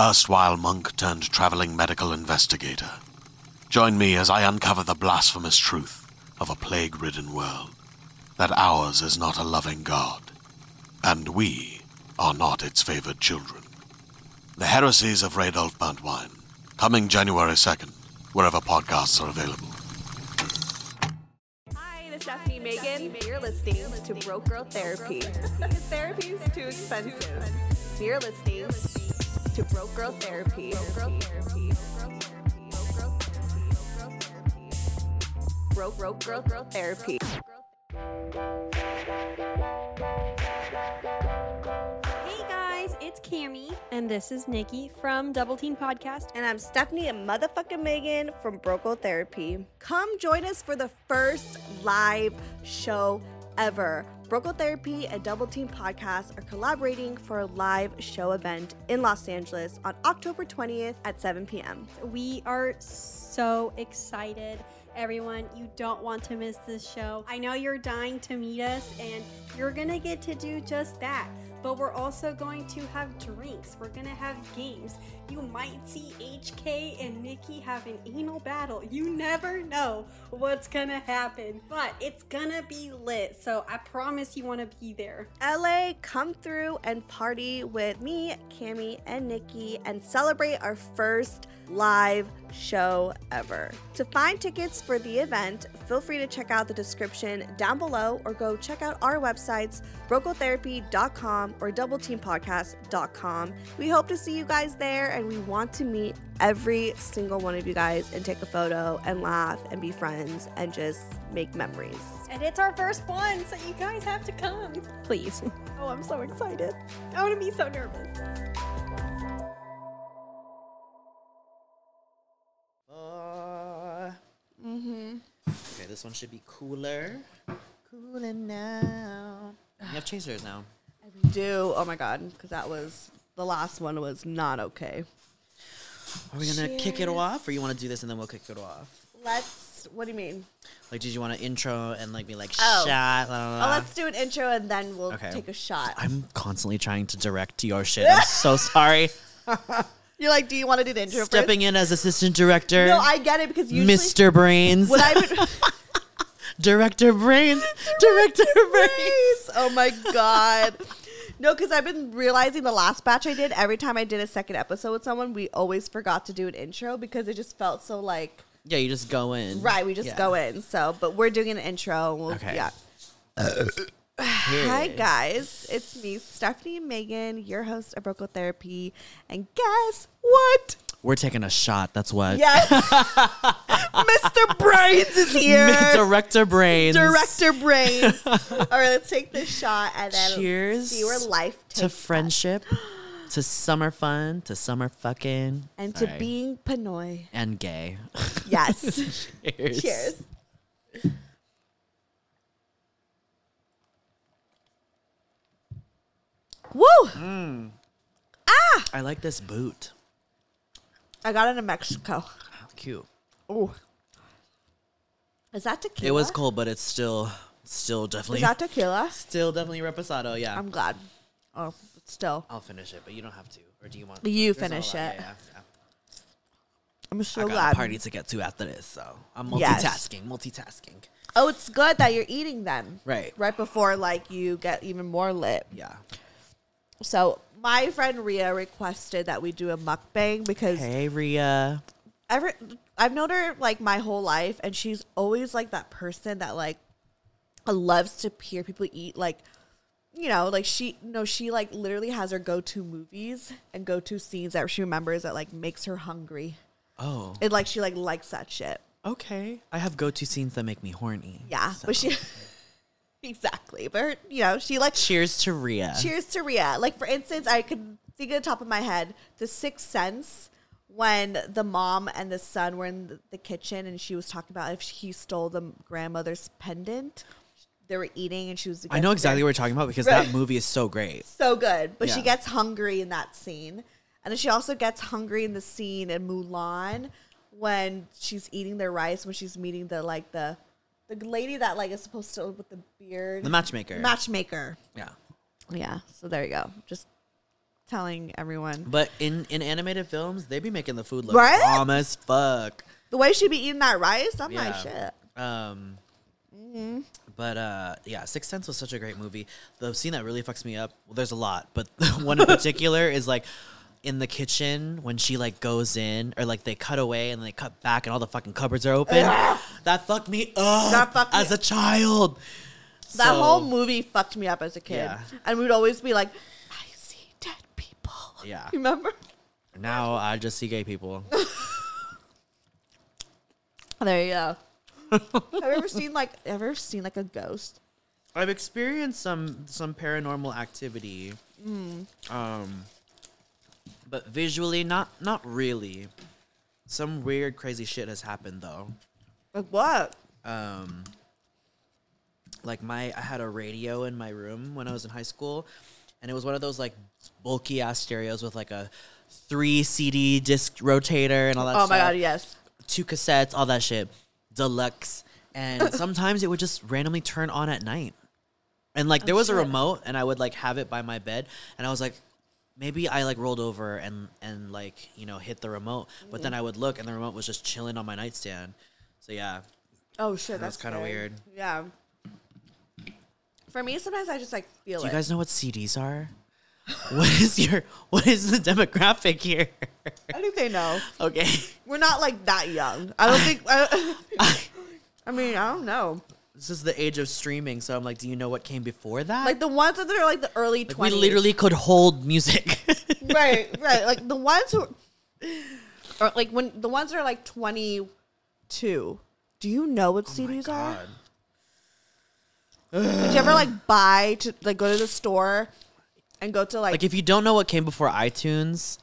erstwhile monk turned traveling medical investigator. Join me as I uncover the blasphemous truth of a plague ridden world that ours is not a loving God, and we are not its favored children. The heresies of Radolf Burntwine, coming January 2nd, wherever podcasts are available. Hi, this is Stephanie Megan. You're listening to Broke Girl Therapy. Therapy is too expensive. You're listening to Broke Girl Therapy. Broke Broke Girl Girl Therapy. Hey guys, it's Cami, and this is Nikki from Double Teen Podcast. And I'm Stephanie and motherfucking Megan from Broco Therapy. Come join us for the first live show ever. Broco Therapy and Double Team Podcast are collaborating for a live show event in Los Angeles on October 20th at 7 p.m. We are so excited. Everyone, you don't want to miss this show. I know you're dying to meet us, and you're gonna get to do just that. But we're also going to have drinks, we're gonna have games. You might see HK and Nikki have an anal battle. You never know what's gonna happen, but it's gonna be lit. So I promise you wanna be there. LA, come through and party with me, Cami, and Nikki and celebrate our first live show ever. To find tickets for the event, feel free to check out the description down below or go check out our websites, brocotherapy.com or doubleteampodcast.com. We hope to see you guys there and we want to meet every single one of you guys and take a photo and laugh and be friends and just make memories. And it's our first one, so you guys have to come. Please. Oh, I'm so excited. I wanna be so nervous. Uh, mm-hmm. Okay, this one should be cooler. Cooler now. You have chasers now. We do. Oh my God, because that was the last one was not okay. Are we gonna kick it off, or you want to do this and then we'll kick it off? Let's, what do you mean? Like, did you want to intro and like be like Oh. shot? la, la, la, Oh, la"? let's do an intro and then we'll Uh, Okay. take a shot. I'm constantly trying to direct your shit. I'm so sorry. You're like, do you want to do the intro Stepping in as assistant director, first? No, I get it because usually Mr. Brains, when I would director Brains, director Brains. Yes. Oh my god. No, because I've been realizing the last batch I did, every time I did a second episode with someone, we always forgot to do an intro because it just felt so like Yeah, you just go in. right, we just Yeah. go in. So, but we're doing an intro. and We'll, Okay. Yeah. Period. Hi guys, it's me, Stephanie Megan, your host of Broco Therapy, and guess what? We're taking a shot. That's what. Yes, Mr. Brains is here. director Brains. Director Brains. All right, let's take this shot and then Cheers see where life takes to us. friendship, to summer fun, to summer fucking, and to Sorry. being Pinoy. and gay. Yes. Cheers. Cheers. Woo! I like this boot. I got it in Mexico. How cute. Ooh. Is that tequila? It was cold, but it's still, still definitely, Is that tequila? still definitely reposado. Yeah, I'm glad. Oh, but still. i will finish it, but you don't have to. Or do you want? You There's finish all that. it. Yeah, yeah, I'm yeah. so I got glad. a party to get to after this, so I'm Yes. multitasking. Multitasking. Oh, it's good that you're eating then. Right. Right before like you get even more lit. Yeah. So my friend Ria requested that we do a mukbang because Hey Ria. ever I've known her like my whole life, and she's always like that person that like loves to hear people eat. Like, you know, like she no, she like literally has her go to movies and go to scenes that she remembers that like makes her hungry. Oh. It like she like likes that shit. Okay. I have go-to scenes that make me horny. Yeah, so- but she Exactly. But, her, you know, she like, Cheers to Rhea. cheers to Rhea. Like, for instance, I could think of the top of my head The Sixth Sense when the mom and the son were in the- the kitchen and she was talking about if he stole the grandmother's pendant. They were eating and she was. I know against it. exactly what we're talking about because Right. that movie is so great. so good. But she Yeah. gets hungry in that scene. And then she also gets hungry in the scene in Mulan when she's eating their rice when she's meeting the like the the lady that like is supposed to with the beard. The matchmaker. matchmaker. yeah. Yeah. So there you go. Just telling everyone. But in, in animated films, they be making the food look Right? bomb as fuck. The way she be eating that rice, I'm like Yeah. shit. Um, Mm-hmm. But uh, yeah, Sixth Sense was such a great movie. The scene that really fucks me up, well, there's a lot, but one in particular is like in the kitchen when she like goes in or like they cut away and they cut back and all the fucking cupboards are open. that fucked me up That fucked me- as a child. That So, whole movie fucked me up as a kid. Yeah. And we'd always be like, I see dead people. Yeah. Remember? Now I just see gay people. There you go. have you ever seen like have you ever seen like a ghost? I've experienced some some paranormal activity. Hmm. Um but visually not not really. Some weird crazy shit has happened though. Like what? Um like my I had a radio in my room when I was in high school and it was one of those like bulky ass stereos with like a 3 CD disc rotator and all that oh stuff my god, yes. two cassettes, all that shit, deluxe. And sometimes it would just randomly turn on at night. And Oh, like there was a remote, and I would like have it by my bed, and I was like, maybe I like rolled over and and like you know hit the remote, but Mm. then I would look, and the remote was just chilling on my nightstand. So yeah, Oh shit, That's that's, kinda scary. weird. Yeah. For me, sometimes I just like feel do it. you guys know what CDs are? what is your what is the demographic here? I think they know. okay, We're not like that young. I don't think. I, I mean, I don't know. this is the age of streaming, so I'm like, do you know what came before that? Like the ones that are like the early Like, we twenties. literally could hold music. right, right. Like the ones who, or like when the ones that are like twenty two. Do you know Oh what CDs are? Did you ever like buy to like go to the store and go to like, Like if you don't know what came before iTunes,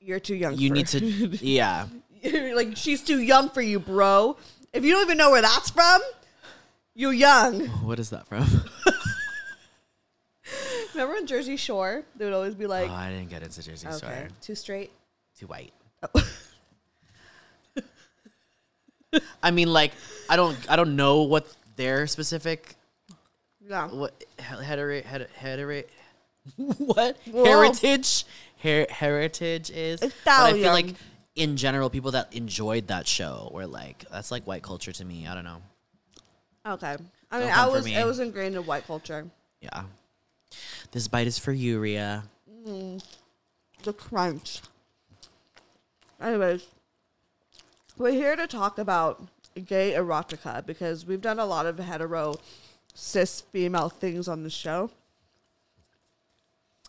you're too young? you for- need to yeah. like she's too young for you, bro. If you don't even know where that's from, you're young. What is that from? Remember on Jersey Shore, they would always be like, oh, I didn't get into Jersey "Okay, Shore. too straight." Too white. Oh. I mean, like I don't I don't know what their specific yeah, what heter heter heter what Whoa. heritage her, heritage is. But I feel like Italian. in general, people that enjoyed that show were like that's like white culture to me. I don't know. okay. I mean, I Don't come for was me. I was ingrained in white culture. Yeah. This bite is for you, Rhea. The crunch. Anyways, we're here to talk about gay erotica because we've done a lot of hetero cis female things on the show.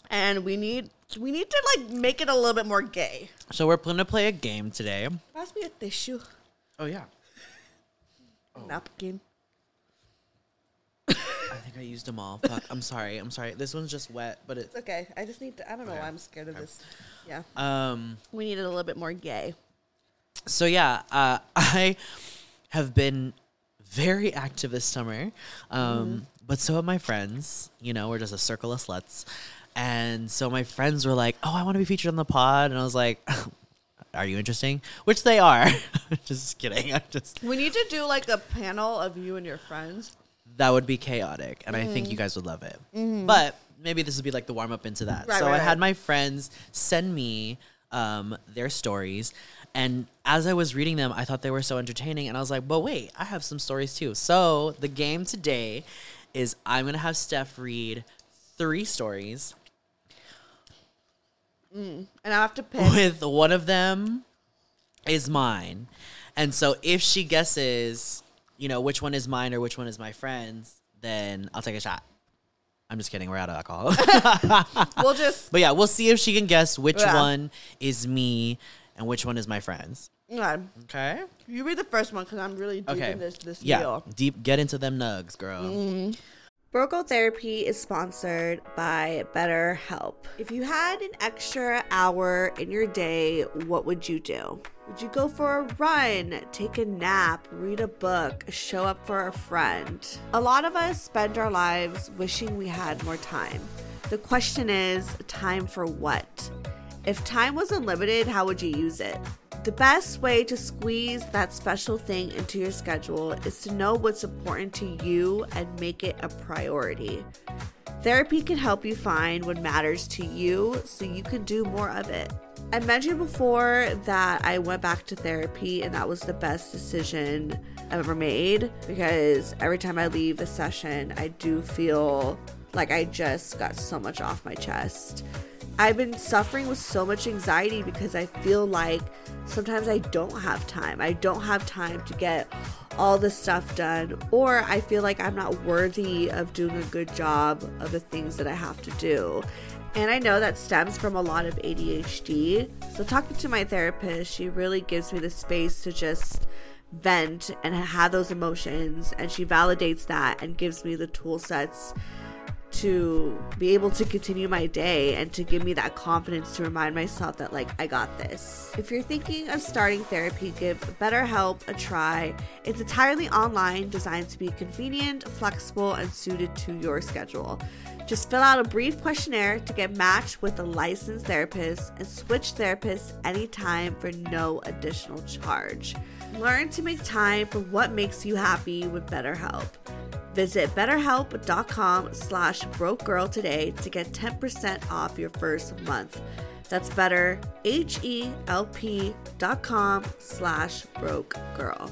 And we need we need to like make it a little bit more gay. So we're going to play a game today. Pass me a tissue, Oh yeah. napkin. I think I used them all. Fuck. I'm sorry. I'm sorry. This one's just wet, but it. It's okay. I just need to. I don't know why I'm scared of this. Yeah, Oh, Um. we need it a little bit more gay. So yeah, uh, I have been very active this summer, um, but so have my friends. You know, we're just a circle of sluts, and so my friends were like, "Oh, I want to be featured on the pod," and I was like. Are you interesting? Which they are. just kidding. I'm just We need to do like a panel of you and your friends. that would be chaotic and i Mm-hmm. think you guys would love it but maybe this would be like the warm-up into that Right, so right, i right. had my friends send me um, their stories and as i was reading them i thought they were so entertaining and i was like but wait i have some stories too so the game today is i'm gonna have steph read three stories And I have to pick. with one of them is mine. And so if she guesses, you know, which one is mine or which one is my friend's, then I'll take a shot. I'm just kidding. We're out of alcohol. We'll just but yeah, we'll see if she can guess which Yeah. one is me and which one is my friend's. Yeah. Okay. You read the first one because I'm really deep Okay. in this this yeah. deal. Mm. Deep. Get into them nugs, girl. Brocal Therapy is sponsored by BetterHelp. If you had an extra hour in your day, what would you do? Would you go for a run, take a nap, read a book, show up for a friend? A lot of us spend our lives wishing we had more time. The question is time for what? If time was unlimited, how would you use it? The best way to squeeze that special thing into your schedule is to know what's important to you and make it a priority. Therapy can help you find what matters to you so you can do more of it. I mentioned before that I went back to therapy and that was the best decision I've ever made because every time I leave a session, I do feel like I just got so much off my chest. I've been suffering with so much anxiety because I feel like sometimes I don't have time. I don't have time to get all the stuff done, or I feel like I'm not worthy of doing a good job of the things that I have to do. And I know that stems from a lot of ADHD. So, talking to my therapist, she really gives me the space to just vent and have those emotions. And she validates that and gives me the tool sets to be able to continue my day and to give me that confidence to remind myself that like I got this. If you're thinking of starting therapy, give BetterHelp a try. It's entirely online, designed to be convenient, flexible, and suited to your schedule. Just fill out a brief questionnaire to get matched with a licensed therapist and switch therapists anytime for no additional charge. Learn to make time for what makes you happy with BetterHelp. Visit betterhelp.com slash broke girl today to get 10% off your first month. That's better, H-E-L-P dot com slash broke girl.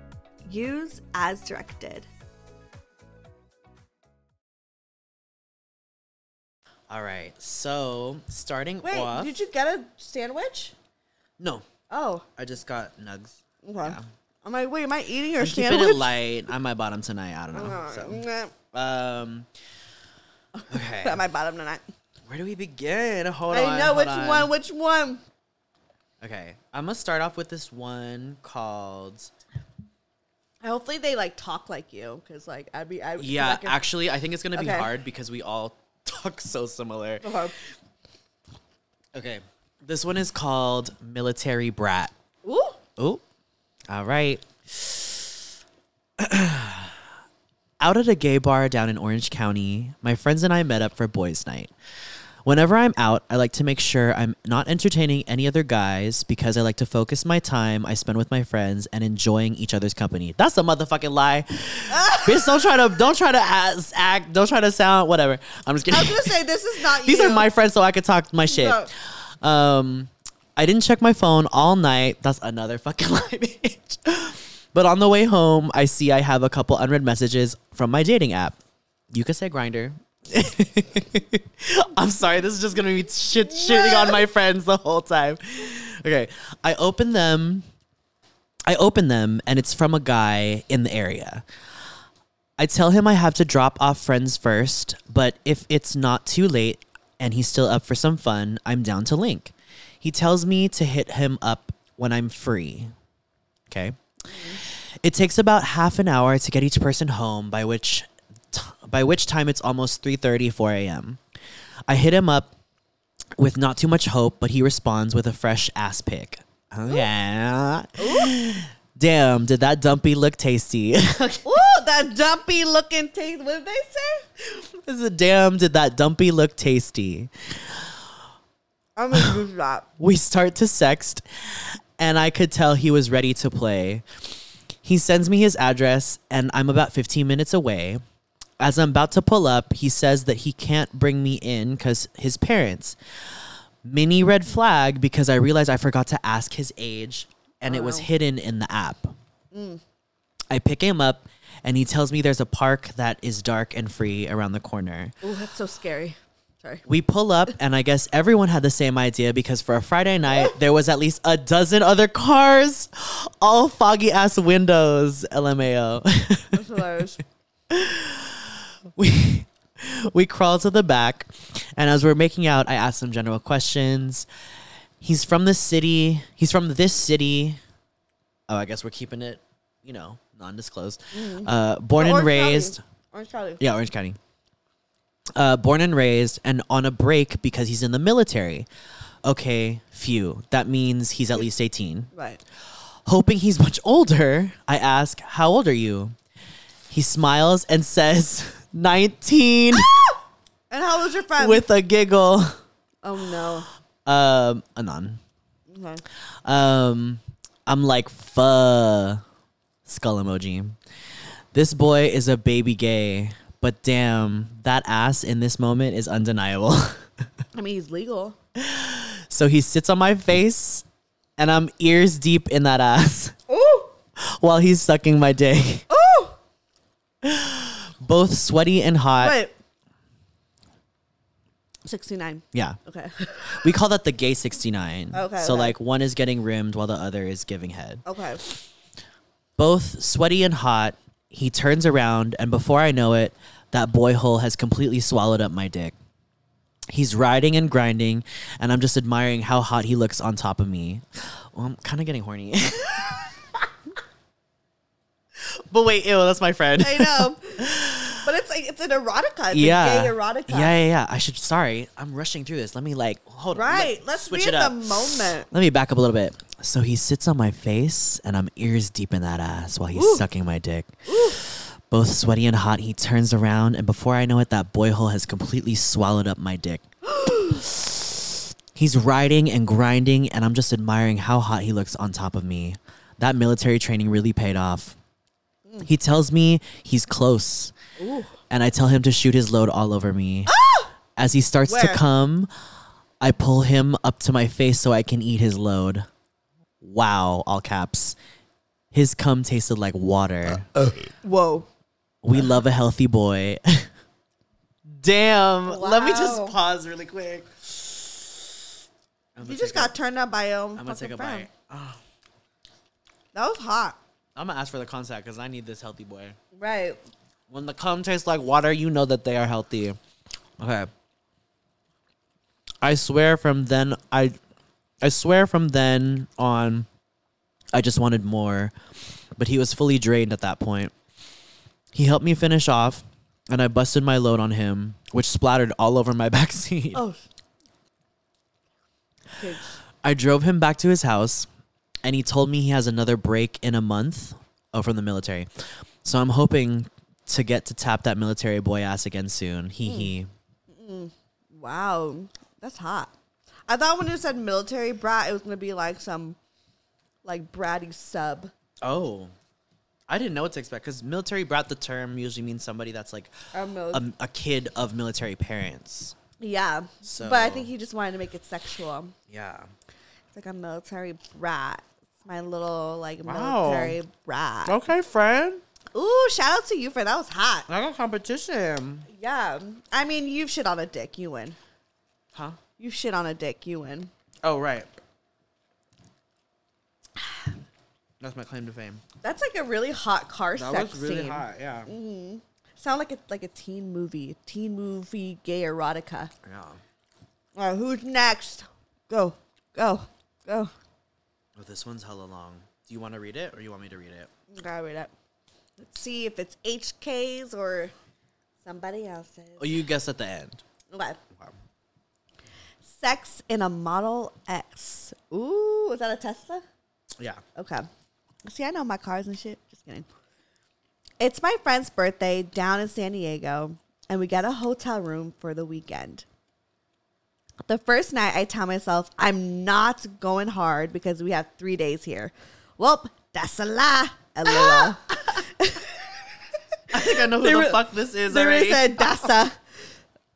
Use as directed. All right. So starting Wait, off. did you get a sandwich? no, Oh, I just got nugs. okay. I'm like, wait, am I eating your I'm keeping sandwich? Oh, it light. I might bottom tonight. I don't know. Alright, So, mwah. um, okay. Put my bottom tonight. Where do we begin? Hold on. I know hold which on. one. Which one? Okay, I'm gonna start off with this one called. Hopefully they like talk like you, because like I'd be. I, Yeah, like, if- actually, I think it's gonna be Okay. hard because we all talk so similar. Okay. Okay, this one is called Military Brat. Ooh, Oh, all right. Out at a gay bar down in Orange County, my friends and I met up for boys' night. Whenever I'm out, I like to make sure I'm not entertaining any other guys because I like to focus my time I spend with my friends and enjoying each other's company. That's a motherfucking lie. Bitch, don't try to don't try to act, act don't try to sound whatever. I'm just kidding. I was gonna say this is not. These you. are my friends, so I could talk my shit. Um, I didn't check my phone all night. That's another fucking lie, bitch. But on the way home, I see I have a couple unread messages from my dating app. You could say grinder. I'm sorry, this is just gonna be shit shitting on my friends the whole time. Okay. I open them. I open them and it's from a guy in the area. I tell him I have to drop off friends first, but if it's not too late and he's still up for some fun, I'm down to link. He tells me to hit him up when I'm free. Okay. It takes about half an hour to get each person home, by which t- by which time it's almost 3:30, 4 a.m. I hit him up with not too much hope, but he responds with a fresh ass pic. Oh, yeah. Damn, did that dumpy look Ooh, tasty? that dumpy looking taste. What did they say? This is a damn, did that dumpy look tasty? I'm gonna use that. We start to sext, and I could tell he was ready to play. He sends me his address, and I'm about 15 minutes away. As I'm about to pull up, he says that he can't bring me in because his parents. Mini red flag because I realized I forgot to ask his age and it was hidden in the app. I pick him up and he tells me there's a park that is dark and free around the corner. Ooh, that's so scary. Sorry. We pull up, and I guess everyone had the same idea because for a Friday night, there was at least a dozen other cars, all foggy ass windows. LMAO. That's hilarious. we we crawl to the back, and as we're making out, I ask some general questions. He's from the city. He's from this city. Oh, I guess we're keeping it, you know, non-disclosed. Uh, born and Orange County. raised. Orange County. Yeah, Orange County. Uh, born and raised, and on a break because he's in the military. Okay, phew. That means he's at least 18. Right. Hoping he's much older, I ask, How old are you? He smiles and says, 19 And how was your Ah! friend? with a giggle. oh no. Um, Anon. Okay. Um, I'm like, fuh. Skull emoji. This boy is a baby gay, but damn, that ass in this moment is undeniable. I mean, he's legal. so he sits on my face, and I'm ears deep in that ass Ooh, while he's sucking my dick. ooh. Both sweaty and hot. Wait. Sixty-nine. Yeah. Okay. We call that the gay 69. Okay, So, okay. like, one is getting rimmed while the other is giving head. Okay. both sweaty and hot. He turns around, and before I know it, that boy hole has completely swallowed up my dick. He's riding and grinding, and I'm just admiring how hot he looks on top of me. Well, I'm kind of getting horny. but wait, ew, that's my friend. I know. But it's like it's an erotica. It's yeah. a gay erotica. Yeah, yeah, yeah. I should. Sorry, I'm rushing through this. Let me like hold. on. Right. Let- Let's switch be it in up. the moment. Let me back up a little bit. So he sits on my face, and I'm ears deep in that ass while he's sucking my dick. Both sweaty and hot, he turns around, and before I know it, that boy hole has completely swallowed up my dick. he's riding and grinding, and I'm just admiring how hot he looks on top of me. That military training really paid off. He tells me he's close, and I tell him to shoot his load all over me. As he starts to Ah! Where? come, I pull him up to my face so I can eat his load. Wow, all caps. His cum tasted like water. Whoa. we love a healthy boy. Damn. Let me just Wow. pause really quick. I'm You just got turned on by your own I'm gonna fucking take a friend. bite. Oh. That was hot. I'm gonna ask for the contact because I need this healthy boy. Right. When the cum tastes like water, you know that they are healthy. Okay. I swear from then I I swear from then on I just wanted more. But he was fully drained at that point. He helped me finish off and I busted my load on him, which splattered all over my backseat. Oh. I drove him back to his house and he told me he has another break in a month. Oh, from the military. So I'm hoping to get to tap that military boy ass again soon. Hee hee. Wow. That's hot. I thought when you said military brat, it was gonna be like some like bratty sub. Oh. I didn't know what to expect because military brat the term usually means somebody that's like um, Or mil- a, a kid of military parents. yeah. So- But I think he just wanted to make it sexual. Yeah. It's like a military brat. It's my little like Wow. Oh. military brat. Okay, friend. Ooh, shout out to you for that was hot. I got competition. Yeah. I mean, you shit on a dick, you win. Huh? You shit on a dick, you win. Oh, right. That's my claim to fame. That's like a really hot car That sex was really scene. hot. Yeah. Sound like a like a teen movie, teen movie gay erotica. Yeah. All Uh, right, who's next? Go, go, go. Oh, this one's hella long. Do you want to read it or you want me to read it? Gotta read it. Let's see if it's HK's or somebody else's. Oh, you guess at the end. Okay. Sex in a Model X. Ooh, is that a Tesla? Yeah. Okay. See, I know my cars and shit. Just kidding. It's my friend's birthday down in San Diego, and we got a hotel room for the weekend. The first night, I tell myself I'm not going hard because we have three days here. Welp, that's a lie. LOL. I think I know who They the were- fuck this is They already. really said that's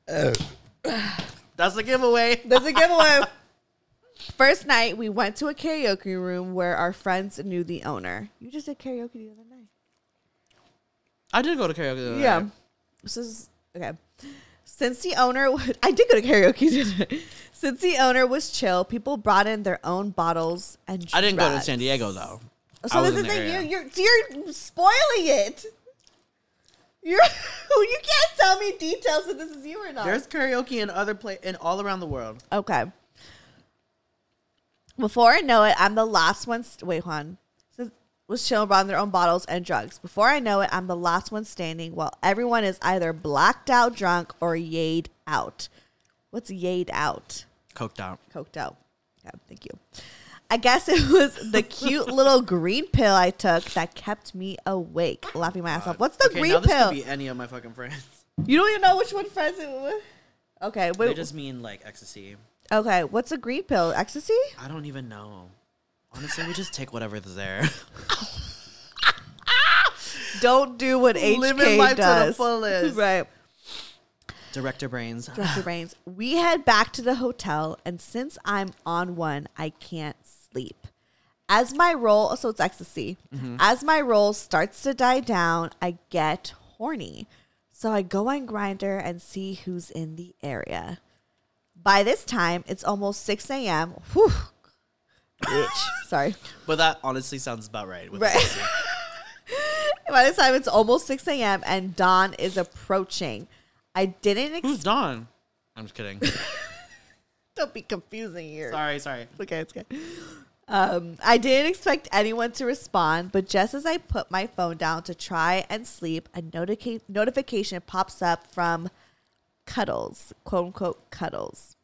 a. That's a giveaway. There's a giveaway. First night, we went to a karaoke room where our friends knew the owner. You just did karaoke the other night. I did go to karaoke. the other Yeah. night. This is okay. Since the owner, was, I did go to karaoke. didn't I? Since the owner was chill, people brought in their own bottles and. I didn't go to drugs. San Diego though. So I was this is the in the thing. You, area. you're so you're spoiling it. You're you can't tell me details if this is you or not. There's karaoke in other pla in all around the world. Okay. Before I know it, I'm the last one. St- Wait, Juan. Says- Was chilling around their own bottles and drugs. Before I know it, I'm the last one standing while everyone is either blacked out drunk or yayed out. What's yayed out? Coked out. Coked out. Okay, thank you. I guess it was the cute little green pill I took that kept me awake, laughing my ass off. What's the okay, green now this pill? could be any of my fucking friends. you don't even know which one friends it was. Okay, They wait. just mean like ecstasy. okay, what's a green pill? Ecstasy? I don't even know. Honestly, we just take whatever's there. Don't do what HK Living life to the does. fullest. Right. Director brains. Dr. Brains. We head back to the hotel, and since I'm on one, I can't sleep. As my roll, so it's ecstasy. Mm-hmm. As my roll starts to die down, I get horny. So I go on Grinder and see who's in the area. By this time, it's almost 6 a.m. Whew. Bitch. Sorry. But that honestly sounds about right. with Right. ecstasy. By this time, it's almost 6 a.m. and dawn is approaching. I didn't Who's expect. Don? I'm just kidding. Don't be confusing here. sorry, sorry. It's okay. It's okay. Um, I didn't expect anyone to respond, but just as I put my phone down to try and sleep, a notica- notification pops up from Cuddles, quote unquote Cuddles.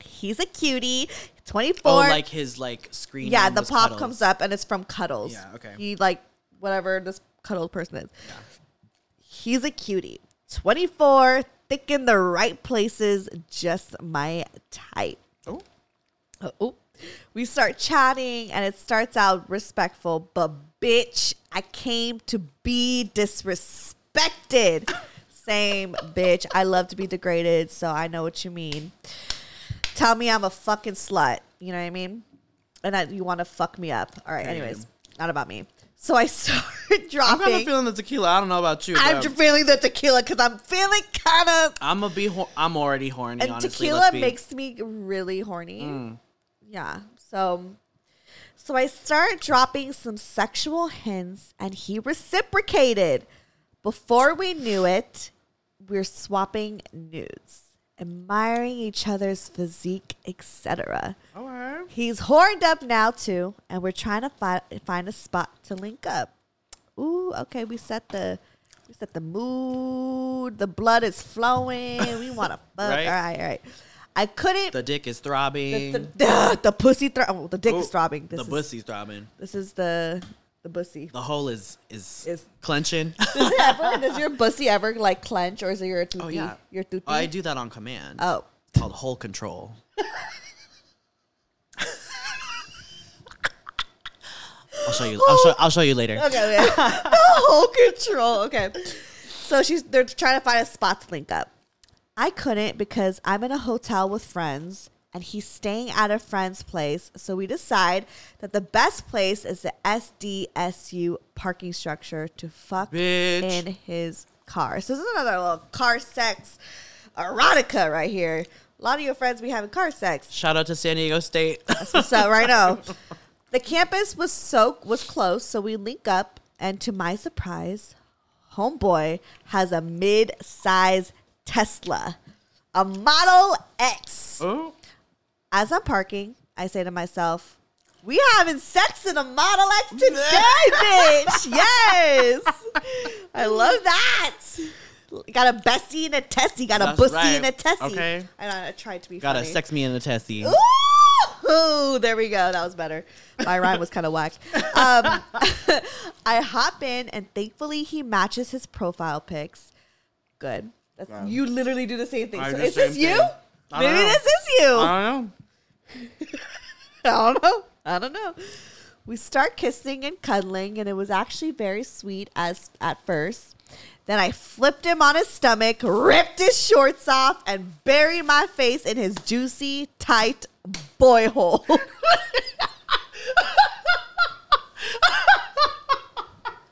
He's a cutie, 24. oh, like his like screen. yeah, name the was pop Cuddles. comes up and it's from Cuddles. Yeah, okay. He, like, whatever this Cuddle person is. He's a cutie, 24, thick in the right places, just my type. Oh, Uh, oh. We start chatting and it starts out respectful, but bitch, I came to be disrespected. Same bitch. I love to be degraded, so I know what you mean. Tell me I'm a fucking slut. You know what I mean? And that you want to fuck me up. All right, anyways, not about me. So I start I'm dropping. kind of feeling the tequila. I don't know about you. I'm but j- feeling the tequila because I'm feeling kind of I'm gonna be. Hor- I'm already horny. and honestly, tequila let's be- Mm. makes me really horny. Yeah. So so I start dropping some sexual hints and he reciprocated. Before we knew it, we're swapping nudes, admiring each other's physique, etc. Okay. He's horned up now too, and we're trying to find find a spot to link up. Ooh, okay, we set the we set the mood. The blood is flowing. We want to fuck. Right. All right, all right. I couldn't. The dick is The, throbbing. the, the, pussy thro- oh, the dick is Oh, throbbing. This the is, pussy's throbbing. This is the the pussy. The hole is is, Is- clenching. Does, it ever, does your pussy ever like clench, or is it your tuti? oh yeah, your tuti. I do that on command. Oh, It's called hole control. I'll show you. I'll show. I'll show you later. Okay, okay. the whole control. Okay. So she's they're trying to find a spot to link up. I couldn't because I'm in a hotel with friends and he's staying at a friend's place. So we decide that the best place is the SDSU parking structure to fuck Bitch. in his car. So this is another little car sex erotica right here. A lot of your friends be having car sex. Shout out to San Diego State. That's what's up right now. The campus was so was close, so we link up, and to my surprise, homeboy has a mid-size Tesla, a Model X. Ooh. As I'm parking, I say to myself, "We having sex in a Model X today, bitch! Yes, I love that." Got a bestie and a testy. Got a That's bussy right. and a testy. Okay. And I, I tried to be Gotta funny. sex me in the testy. Ooh, there we go. That was better. My rhyme was kind of whack. Um, I hop in, and thankfully he matches his profile pics. Good. That's- You literally do the same thing. I So do the is this same you? thing. I don't Maybe know. this is you. I don't know. don't know. I don't know. We start kissing and cuddling, and it was actually very sweet as at first. Then I flipped him on his stomach, ripped his shorts off, and buried my face in his juicy, tight boy hole.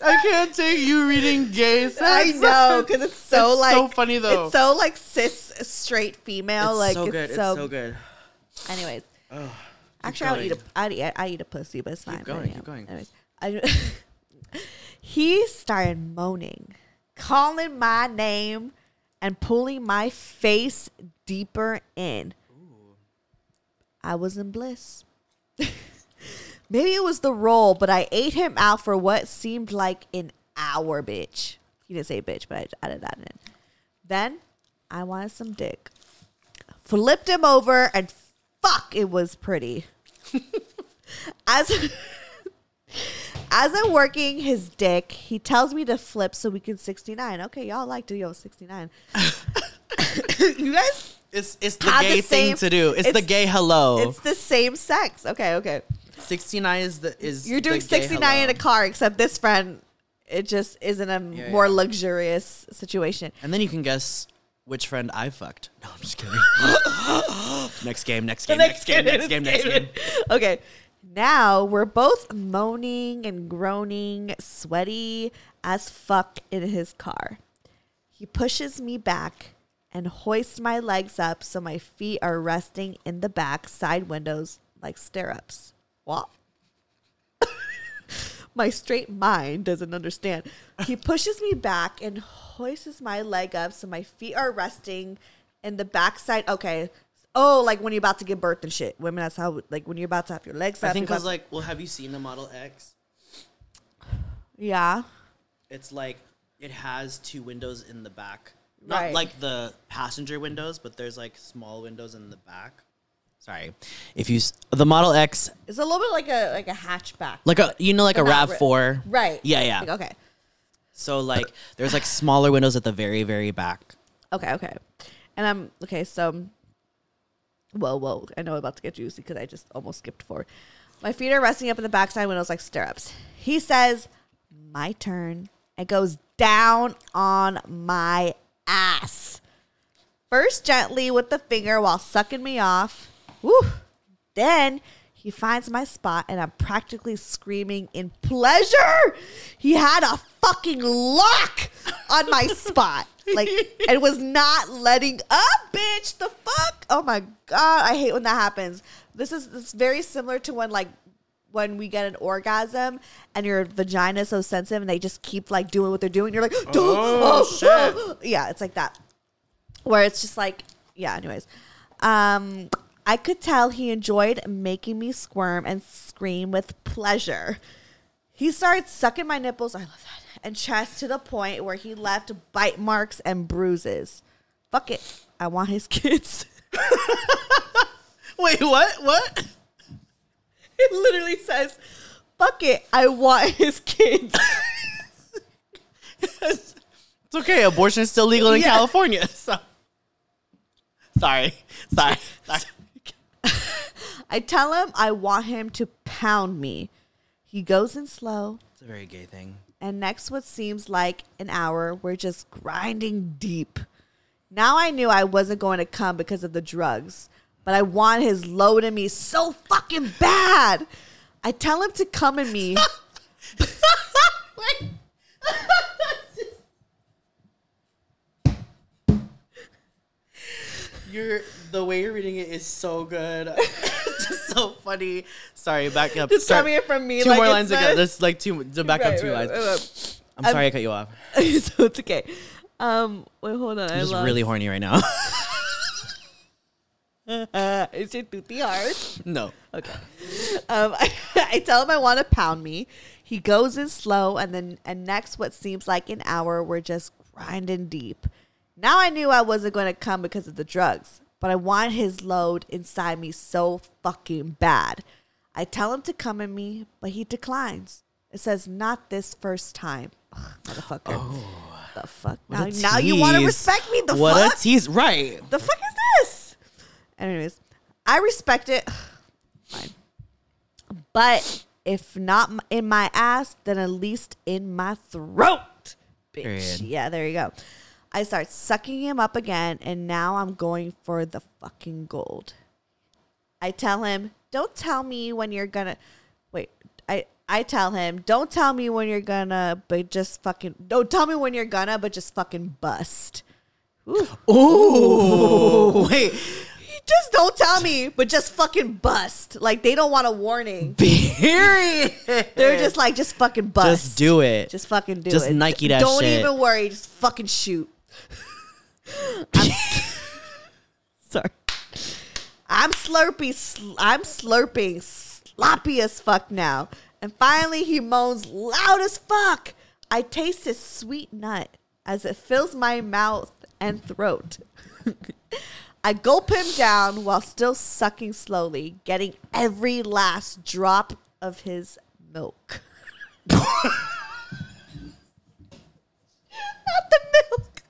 I can't take you reading gay sex. I know because it's so It's like so funny, though. It's so like cis straight female. It's like so it's good. So, it's so good. Anyways, actually, I would eat a I'd eat, I eat a pussy, but it's fine. but going, yeah. keep going. Anyways, I, he started moaning, calling my name, and pulling my face deeper in. I was in bliss. Maybe it was the roll, but I ate him out for what seemed like an hour, bitch. He didn't say bitch, but I added that in. Then I wanted some dick. Flipped him over, and fuck, it was pretty. as as I'm working his dick, he tells me to flip so we can 69. Okay, y'all like to yo 69. you guys It's it's the Have the gay same- thing to do. It's, the it's- gay hello. It's the same sex. Okay, okay. Sixty nine is the is You're doing the gay 69 hello. in a car, except this friend, it just isn't a Yeah, more yeah. luxurious situation. And then you can guess which friend I fucked. No, I'm just kidding. next game, next The game, next game, next game, next game. okay. Now we're both moaning and groaning, sweaty as fuck in his car. He pushes me back and hoists my legs up so my feet are resting in the back side windows like stirrups. What? my straight mind doesn't understand. He pushes me back and hoists my leg up so my feet are resting in the backside. Okay. Oh, like when you're about to give birth and shit. Women, that's how, like when you're about to have your legs up. I think you're because about like, well, have you seen the Model X? to- yeah. It's like it has two windows in the back, not Right. like the passenger windows, but there's like small windows in the back. Sorry, if you s- the Model X, It's a little bit like a like a hatchback. like a you know, like a Not Rav ri- Four, Right. Yeah, yeah. Like, okay. So like, there's like smaller windows at the very, very back. Okay, okay. And I'm okay, so whoa, whoa. I know I'm about to get juicy because I just almost skipped forward. My feet are resting up in the backside windows like stirrups. He says, My turn. It goes down on my ass. First gently with the finger while sucking me off. Woo. Then he finds my spot and I'm practically screaming in pleasure. He had a fucking lock on my spot. Like and was not letting up, bitch. The fuck? Oh my god, I hate when that happens. This is this is very similar to when like when we get an orgasm and your vagina is so sensitive and they just keep like doing what they're doing. You're like, oh, shit. yeah, it's like that where it's just like yeah anyways um i could tell he enjoyed making me squirm and scream with pleasure he started sucking my nipples i love that and chest to the point where he left bite marks and bruises fuck it i want his kids Wait, what? What? it literally says fuck it i want his kids It's okay. Abortion is still legal in Yeah. California. So. Sorry, sorry, sorry. i tell him i want him to pound me he goes in slow It's a very gay thing. And next, what seems like an hour, we're just grinding deep. Now I knew I wasn't going to come because of the drugs, but I want his load in me so fucking bad. I tell him to come in me. You're the way you're reading it is so good. Just so funny. Sorry, back up. Just Start- coming in from me. Two like more it's lines not- ago. That's like two to back up Right, two right, lines. right, I'm sorry I cut you off. right. so it's okay. Um, wait, hold on. I I'm just lost- really horny right now. Uh, Is your toothy hard? no. Um, I, tell him I want to pound me. He goes in slow, and then and next what seems like an hour, we're just grinding deep. Now I knew I wasn't going to come because of the drugs, but I want his load inside me so fucking bad. I tell him to come in me, but he declines. It says not this first time, Ugh, motherfucker. The fuck. Now, Oh. What a now you want to tease. respect me? The what fuck? a tease. Right. the fuck is this? Anyways, I respect it. Fine. But if not m- in my ass, then at least in my throat. Bitch. Period. Yeah, there you go. I start sucking him up again, and now I'm going for the fucking gold. I tell him, don't tell me when you're gonna. Wait, I I tell him, don't tell me when you're gonna, but just fucking. Don't tell me when you're gonna, but just fucking bust. Ooh. Wait. just don't tell me, but just fucking bust. Like they don't want a warning. Period. They're just like, just fucking bust. Just do it. Just fucking do Just it. Nike that Don't shit. even worry. Just fucking shoot. I'm- Sorry. I'm slurpy. Sl- I'm slurping sloppy as fuck now. And finally, he moans loud as fuck. I taste his sweet nut as it fills my mouth and throat. I gulp him down while still sucking slowly, getting every last drop of his milk. Not the milk.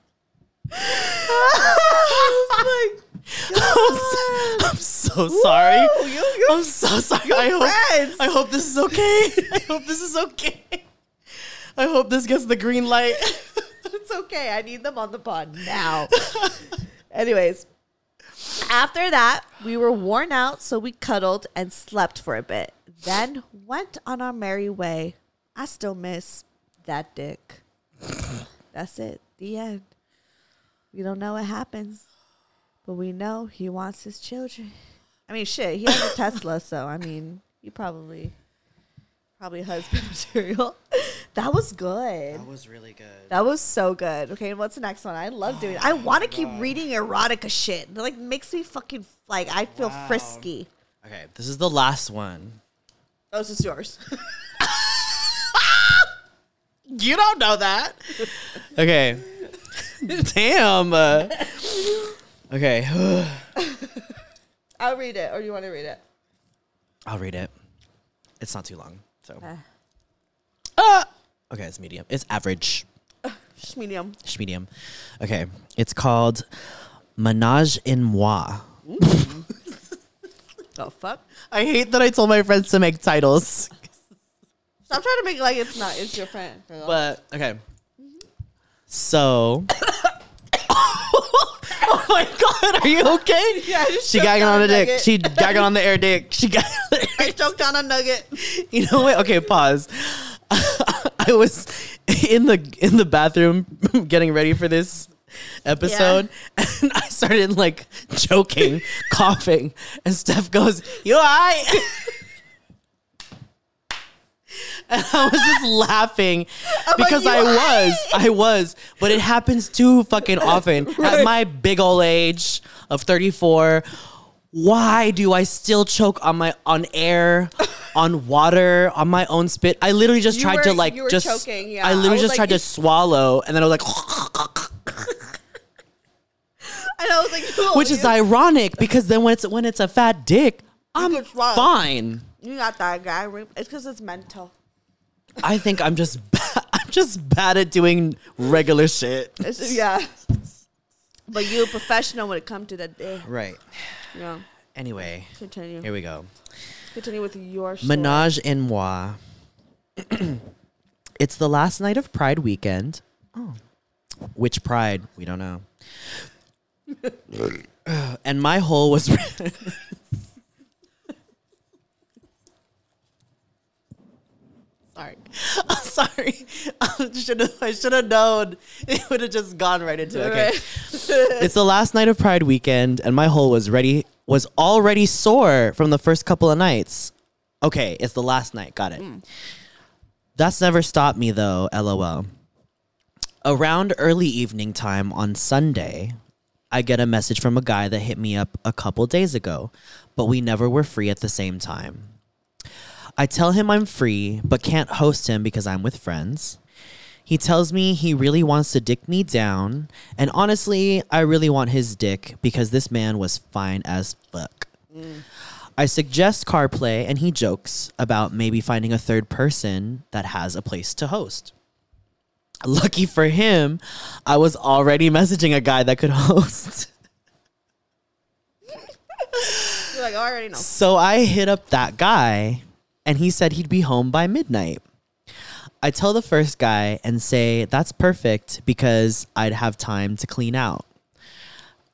oh my god. I'm so sorry. Woo, you- you're- I'm so sorry. I friends. hope, I hope this is okay. I hope this is okay. I hope this gets the green light. It's okay. I need them on the pod now. Anyways, after that, we were worn out, so we cuddled and slept for a bit. Then went on our merry way. I still miss that dick. That's it. The end. We don't know what happens, but we know he wants his children. I mean, shit, he has a Tesla, so I mean, he probably, probably husband material. that was good. was really good. That was so good. Okay, and what's the next one? I love doing. It. Oh I want to keep reading erotica shit. It, like makes me fucking like I feel frisky. Okay, this is the last one. Those is yours. You don't know that. Okay. Damn. uh, okay. I'll read it, or you want to read it? I'll read it. It's not too long. So. Uh. Ah! Okay, it's medium. It's average. Just medium. It's medium. Okay, it's called Menage in Moi. Oh fuck! I hate that I told my friends to make titles. Stop trying to make it like it's not. It's your friend. But okay. So Oh my god, are you okay? Yeah, I just She choked gagging on on a the dick. nugget. She gagging on the air dick. She gagging on the air I choked on a nugget. You know what? Okay, pause. I was in the in the bathroom getting ready for this episode and I started like joking, coughing, and Steph goes, You alright? and I was just laughing because "You I was, I was, but it happens too fucking often at my big old age of 34 why do I still choke on my on air, on water, on my own spit? I literally just You tried were- to like you were just choking, yeah. I I literally was just like, tried to it's- swallow and then I was like And I was like, "Yo, which is you- ironic because then when it's when it's a fat dick, I'm can swallow. fine. you got that guy. It's because it's mental. I think I'm just ba- I'm just bad at doing regular shit. It's, yeah. But you a professional when it comes to that. eh, Right. Yeah. Anyway, Continue. here we go. Continue with your story. Menage in Moi. it's the last night of Pride weekend. Oh. Which Pride? We don't know. and my hole was. sorry, I'm sorry. I should have. I should have known. It would have just gone right into it. Okay. it's the last night of Pride weekend, and my hole was ready. Was already sore from the first couple of nights. Okay, it's the last night. Got it. That's never stopped me though. LOL. Around early evening time on Sunday, I get a message from a guy that hit me up a couple days ago, but we never were free at the same time. I tell him I'm free, but can't host him because I'm with friends. He tells me he really wants to dick me down, and honestly, I really want his dick because this man was fine as fuck. I suggest CarPlay, and he jokes about maybe finding a third person that has a place to host. Lucky for him, I was already messaging a guy that could host. You're like, I already know. So I hit up that guy, and he said he'd be home by midnight. I tell the first guy and say, That's perfect because I'd have time to clean out.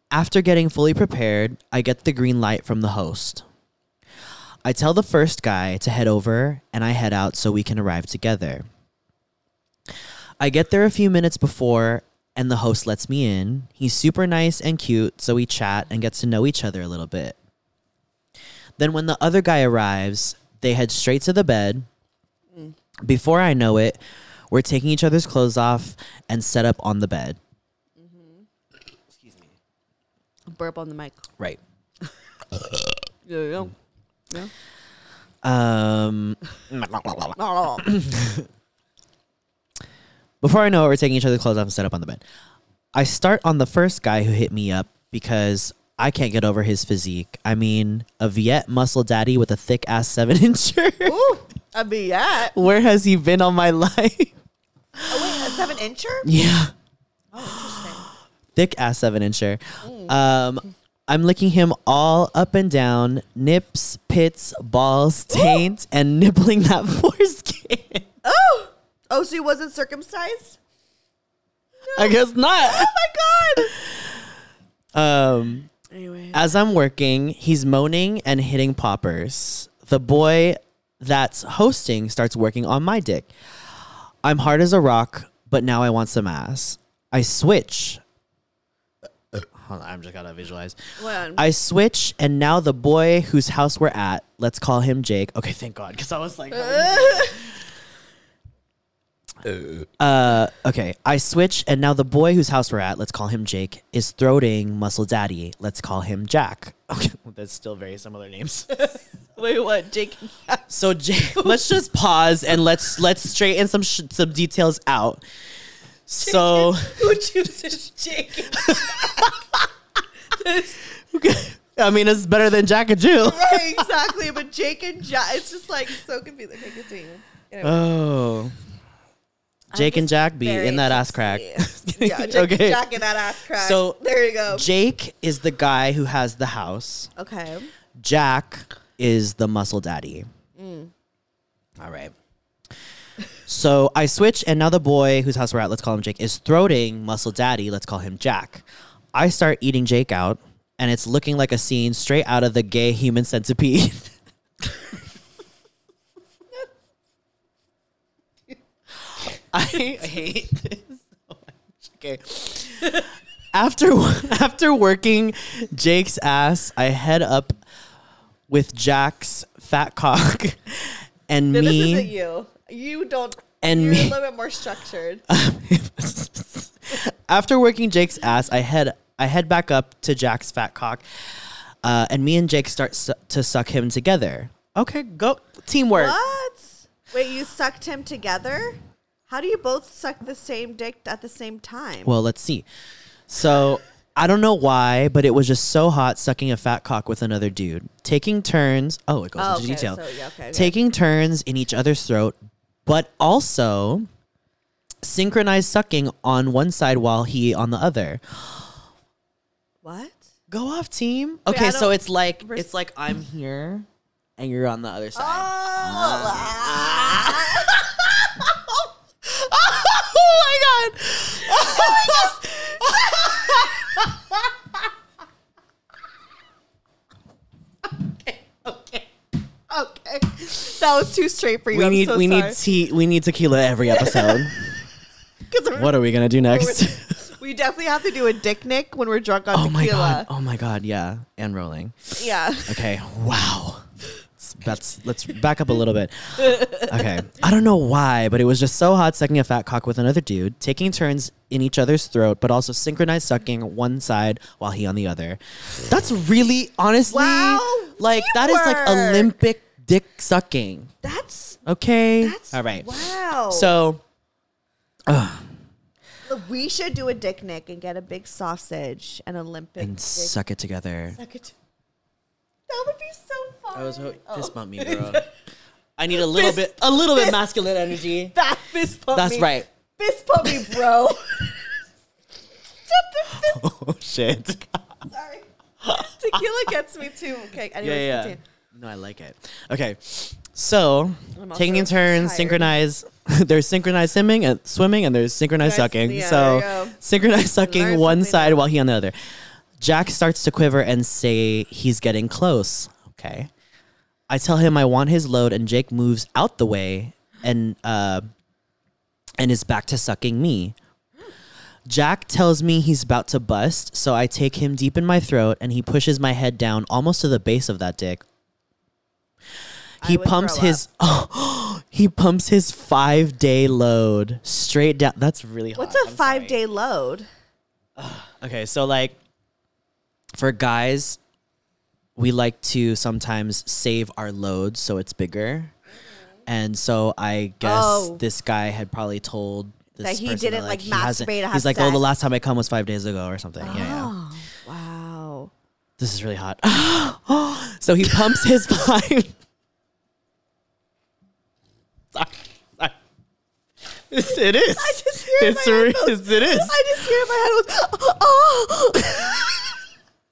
After getting fully prepared, I get the green light from the host. I tell the first guy to head over, and I head out so we can arrive together. I get there a few minutes before, and the host lets me in. He's super nice and cute, so we chat and get to know each other a little bit. Then, when the other guy arrives, they head straight to the bed. Before I know it, we're taking each other's clothes off and set up on the bed. Burp on the mic. Right. Yeah, yeah. Um, Oh. Before I know it, we're taking each other's clothes off and set up on the bed. I start on the first guy who hit me up because I can't get over his physique. I mean, a Viet muscle daddy with a thick ass seven incher. Ooh, I be at Where has he been all my life? a seven incher. Yeah. Thick ass seven incher. Um, I'm licking him all up and down, nips, pits, balls, taint, and nibbling that foreskin. Oh, oh, so he wasn't circumcised. I guess not. My God. Um, Anyway, as I'm working, he's moaning and hitting poppers. The boy that's hosting starts working on my dick. I'm hard as a rock, but now I want some ass. I switch. Hold on, I'm just gotta visualize. when I switch, and now the boy whose house we're at, let's call him Jake. Okay, thank God, because I was like, uh, okay. I switch, and now the boy whose house we're at, let's call him Jake, is throating Muscle Daddy. Let's call him Jack. Okay, well, that's still very similar names. wait, what, Uh, Jake? So Jake, let's just pause and let's let's straighten some sh- some details out. So Who chooses Jake? I mean, it's better than Jack and Jill. right, exactly. But Jake and Jack, it's just like so confusing. Okay, continue. Anyway. Oh. Jake and Jack be very in that ass crack. yeah, Jake, Okay. Jack and that ass crack. So- there you go. Jake is the guy who has the house. okay. Jack is the muscle daddy. Mm. All right. So I switch, and now the boy whose house we're at, let's call him Jake, is throating muscle daddy, let's call him Jack. I start eating Jake out, and it's looking like a scene straight out of the gay human centipede. I hate this. so much. Okay. After after working Jake's ass, I head up with Jack's fat cock and No, me. this isn't you. You don't. And you're me. a little bit more structured. After working Jake's ass, I head I head back up to Jack's fat cock, uh, and me and Jake start su- to suck him together. Okay, go teamwork. what? Wait, you sucked him together? How do you both suck the same dick at the same time? Well, let's see. So I don't know why, but it was just so hot sucking a fat cock with another dude, taking turns. Oh, it goes Oh, into okay, detail. so, yeah, okay, okay. Taking turns in each other's throat, but also synchronized sucking on one side while he on the other. what? Go off team. Wait, Okay, I so don't- it's like Res- it's like I'm here and you're on the other side. Oh, Oh my god. too straight for you. We I'm need so we sorry. need te- we need tequila every episode. 'Cause we're- what are we gonna do next? we definitely have to do a dick nick when we're drunk on oh my tequila. god! Oh my god! Yeah, and rolling. Yeah. Okay. Wow. That's let's back up a little bit. Okay. I don't know why, but it was just so hot sucking a fat cock with another dude, taking turns in each other's throat, but also synchronized sucking one side while he on the other. That's really honestly Wow, like that is like teamwork. Olympic dick sucking. That's Okay. That's- All right. wow. So we should do a dick nick and get a big sausage and Olympic and dick suck it together. suck it. That would be so fun. I was ho- Oh. fist bump me, bro. I need a little Fist- bit, a little fist- bit masculine energy. That fist pump That's me. right. Fist pump me, bro. Stop the fist. Oh shit. Sorry. Tequila gets me too. Okay. Anyways, yeah, Uh, yeah. continue. No, I like it. Okay, so also taking turns, tired. synchronize. there's synchronized swimming and swimming, and there's synchronized Guys, sucking. yeah, there you so go. synchronized sucking Learn one something side while he on the other. Jack starts to quiver and say he's getting close. Okay, I tell him I want his load, and Jake moves out the way and uh, and is back to sucking me. Jack tells me he's about to bust, so I take him deep in my throat and he pushes my head down almost to the base of that dick. He would pumps throw up. his he pumps his 5-day load straight down. That's really hot. What's a five day load? Okay, so like for guys, we like to sometimes save our loads so it's bigger. And so I guess Oh. this guy had probably told this That he person didn't, like, he hasn't- masturbate or have He's like, oh, the sex." last time I come was five days ago or something. Yeah, yeah. Oh, wow. This is really hot. so he pumps his five. Sorry, sorry. It's- It is. I just hear it in it's my re- headphones. It is. I just hear in my head it was oh.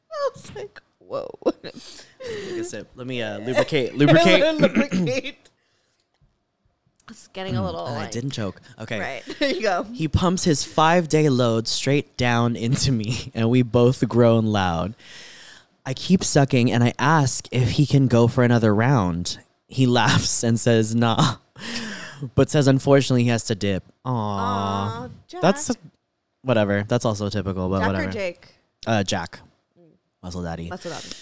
I was like, whoa. Take a sip. Let me uh, lubricate. Lubricate. Lubricate. It's getting a little. And Oh, I like- didn't choke. Okay. Right. There you go. He pumps his five day load straight down into me, and we both groan loud. I keep sucking and I ask if he can go for another round. He laughs and says, nah, but says, unfortunately, he has to dip. Aww. Aw, Jack. That's whatever. That's also typical, but Jack whatever. or Jake. Uh, Jack. Muscle Daddy. That's what happened.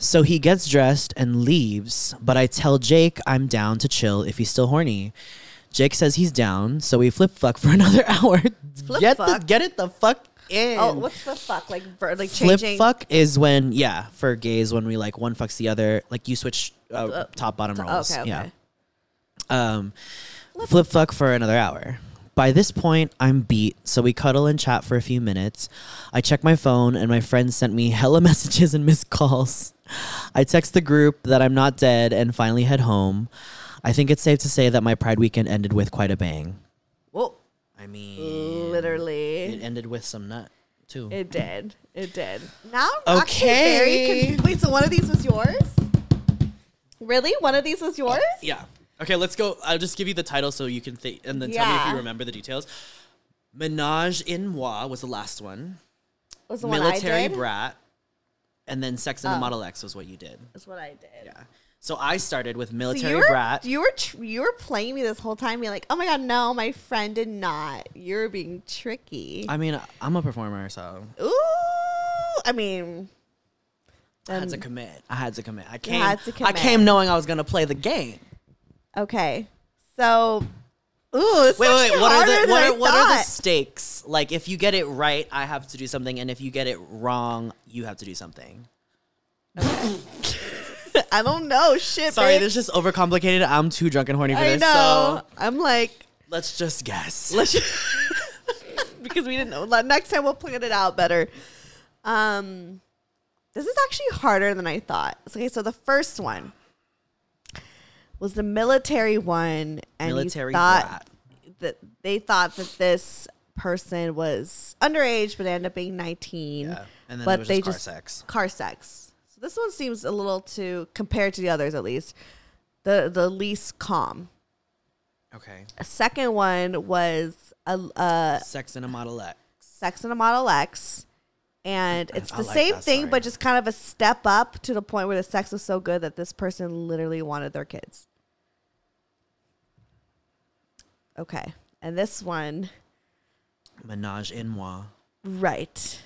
So he gets dressed and leaves, but I tell Jake I'm down to chill if he's still horny. Jake says he's down, so we flip fuck for another hour. get the fuck? get it the fuck in. Oh, what's the fuck? Like, ver- like flip changing. fuck is when yeah for gays when we like one fucks the other like you switch uh, top bottom roles okay, okay. yeah um, flip fuck for another hour. By this point, I'm beat, so we cuddle and chat for a few minutes. I check my phone, and my friend sent me hella messages and missed calls. I text the group that I'm not dead and finally head home. I think it's safe to say that my Pride weekend ended with quite a bang. Whoa. I mean, it Literally. ended with some nut, too. It did. It did. Now I'm actually Okay. very confused. Wait, so one of these was yours? Really? One of these was yours? Yeah. Okay, let's go. I'll just give you the title so you can think, and then tell me if Yeah. you remember the details. Menage in Moi was the last one. Was the one I Military did? Oh. brat, and then Sex and the Model X was what you did. Is what I did. Yeah. So I started with So Military you were brat. you were tr- you were playing me this whole time. You're like, oh my god, no, my friend did not. You're being tricky. I mean, I'm a performer, so Ooh, I mean, I had to then- commit. I had to commit. I came. Um, had to I commit. came knowing I was gonna play the game. okay. So, ooh, it's Wait, wait. actually What are harder the than what I are, what are the thought. stakes? Like, if you get it right, I have to do something, and if you get it wrong, you have to do something. I don't know. Shit. Sorry, babe. this is overcomplicated. I'm too drunk and horny for I this. know. So I'm like, let's just guess. let's because we didn't know. Le- Next time we'll plan it out better. Um, this is actually harder than I thought. Okay, so the first one was the military one, and Military you thought brat. that they thought that this person was underage, but ended up being nineteen. Yeah, and then but it was they just car just sex. car sex. So this one seems a little too compared to the others, at least the the least calm. Okay. A second one was a, a Uh, Sex and a Model X. Sex and a Model X, And it's I the like same that thing, story. but just kind of a step up to the point where the sex was so good that this person literally wanted their kids. Okay. And this one, Menage in moi. right.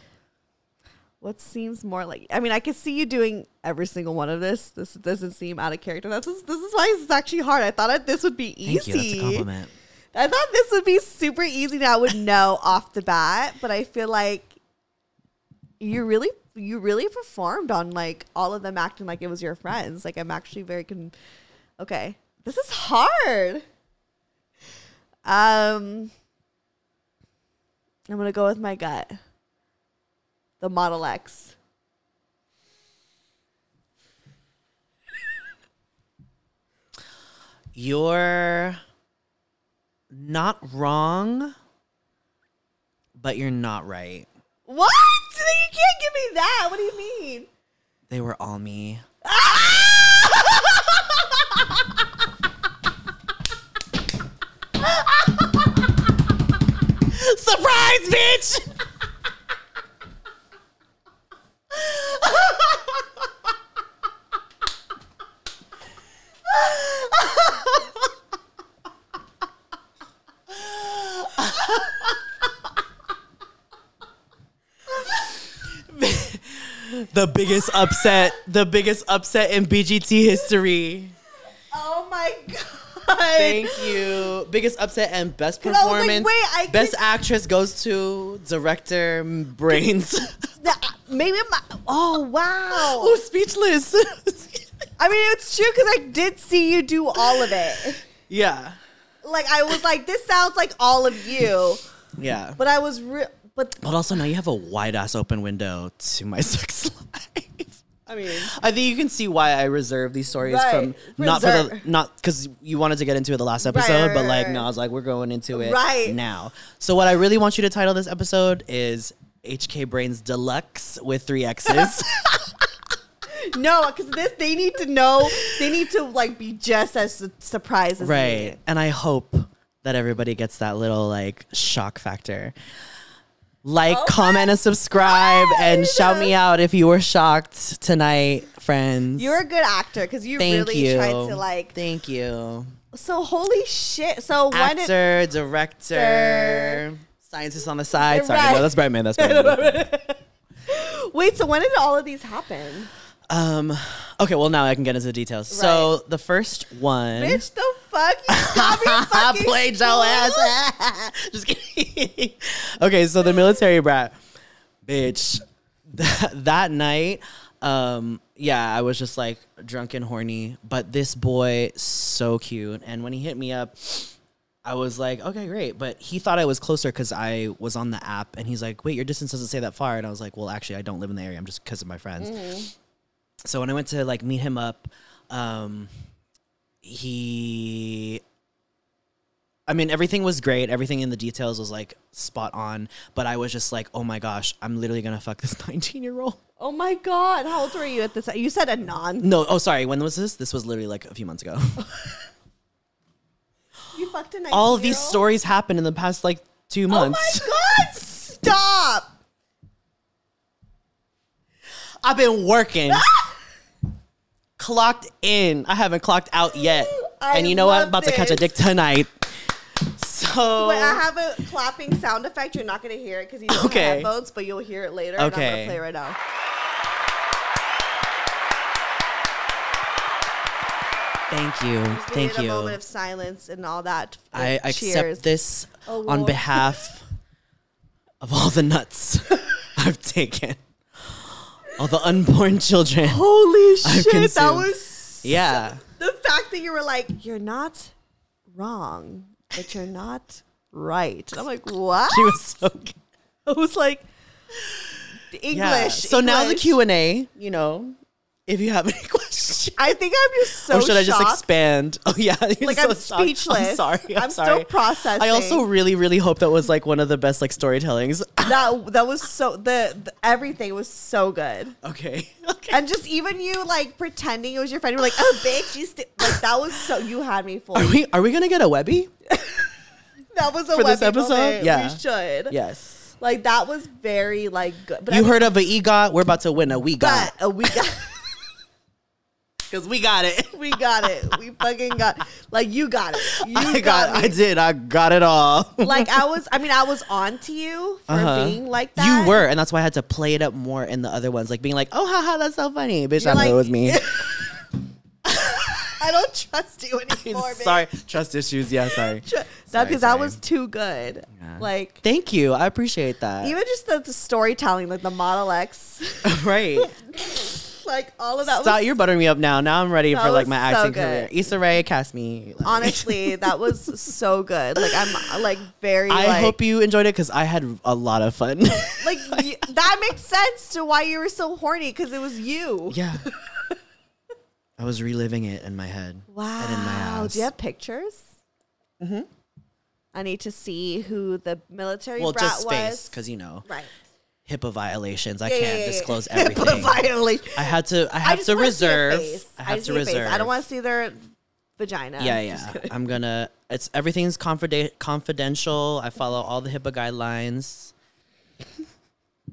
What seems more like I mean, I can see you doing every single one of this. This doesn't seem out of character. That's this is why it's actually hard. I thought that this would be easy. Thank you. That's a compliment. I thought this would be super easy that I would know off the bat, but I feel like you really you really performed on like all of them acting like it was your friends. Like I'm actually very con- okay. This is hard. Um I'm gonna go with my gut. The Model X. You're not wrong, but you're not right. What? You can't give me that. What do you mean? They were all me. Surprise, bitch! the biggest upset, the biggest upset in BGT history. Oh my god. Thank you. Biggest upset and best 'Cause I was like, performance. wait, I best could- actress goes to director m- brains. That- uh, Maybe my oh wow. oh, speechless. I mean, it's true because I did see you do all of it. yeah, Like I was like, this sounds like all of you, yeah. But, but I was real. But also now you have a wide ass open window to my sex life. I mean, I think you can see why I reserve these stories Right. from not for the Reserve. not because you wanted to get into it the last episode, right, but right, like right. no, I was like we're going into it Right. now. So what I really want you to title this episode is HK Brains Deluxe with three X's. no, because this they need to know. They need to like be just as su- surprised as Right. me. And I hope that everybody gets that little like shock factor. Like, comment, and subscribe, and shout me out if you were shocked tonight, friends. You're a good actor because you Thank really you. tried to like. Thank you. So holy shit! So when did Actor, director, scientist on the side. Sorry, Right. no, that's Brightman. That's Brightman. wait? So when did all of these happen? um, okay, well now I can get into the details. So the first one, Bitch, the fuck you got me I fucking played your ass. Just kidding. okay, so the military brat, bitch. That, that night, um, yeah, I was just like drunk and horny, but this boy so cute, and when he hit me up. I was like, okay, great. But he thought I was closer because I was on the app and he's like, wait, your distance doesn't say that far. And I was like, well, actually, I don't live in the area. I'm just because of my friends. So when I went to like meet him up, um, he I mean, everything was great. Everything in the details was like spot on. But I was just like, oh my gosh, I'm literally gonna fuck this 19 year old. Oh my god! How old were you at this? You said a non. No, oh sorry, when was this? This was literally like a few months ago. You fucked a nineteen. All these stories happened in the past like two months. Oh my god! Stop! I've been working. clocked in. I haven't clocked out yet. I and you know what? love About to catch a this. dick tonight. So Wait, I have a clapping sound effect. You're not gonna hear it because you don't Okay. have headphones, but you'll hear it later. And I'm Okay. gonna play it right now. thank you. Just Thank needed you. A moment of silence and all that. I Like, accept cheers. this Oh, on Lord. behalf of all the nuts I've taken, all the unborn children. Oh. Holy shit! That consumed. was Yeah, the fact that you were like, you're not wrong, but you're not right. I'm like, what? she was so good. I was like, English. Yeah. So now the English. Q and A. You know, if you have any questions, I think I'm just so. or should I just shocked. expand? Oh yeah, you're Like, so I'm shocked. speechless. I'm sorry. I'm, I'm still sorry. I also processing. really, really hope that was like one of the best like storytellings. That that was so the, the everything was so good. okay. Okay. And just even you like pretending it was your friend, you were like, "Oh, bitch, you st-. like that was so you had me fooled." Are we are we gonna get a Webby? that was a for this Webby episode? moment. Yeah. we should. Yes. Like that was very like good. But you I- heard of an EGOT? We're about to win a we got but uh, we got because we got it. we got it. We fucking got like you got it. You I got, got, me. I did, I got it all. like I was I mean I was on to you for being like that. Uh-huh. You were, and that's why I had to play it up more in the other ones, like being like, "Oh, haha, that's so funny, bitch." I You're know like- it was me. I don't trust you anymore. babe. sorry, trust issues. Yeah, sorry. Tr- that Sorry, because sorry. that was too good. Like Thank you, I appreciate that. even just the, the storytelling, like the Model X, right, like all of that. stop. was, You're buttering me up now. Now I'm ready That for like was my so acting good. career. Issa Rae, cast me. Like- honestly, that was so good. Like I'm like very. I like, hope you enjoyed it because I had a lot of fun. like y- that makes sense to why you were so horny because it was you. yeah, I was reliving it in my head. Wow. And in my ass. Do you have pictures? Mm-hmm. I need to see who the military Well, brat just space was. because you know right. HIPAA violations. I Yeah, yeah, can't yeah, yeah. disclose HIPAA everything. violation. I had to. I have just to wanna see their reserve. face. I have just to need a face. reserve. I don't want to see their vagina. Yeah, yeah. I'm gonna. It's everything's confide- confidential. I follow all the HIPAA guidelines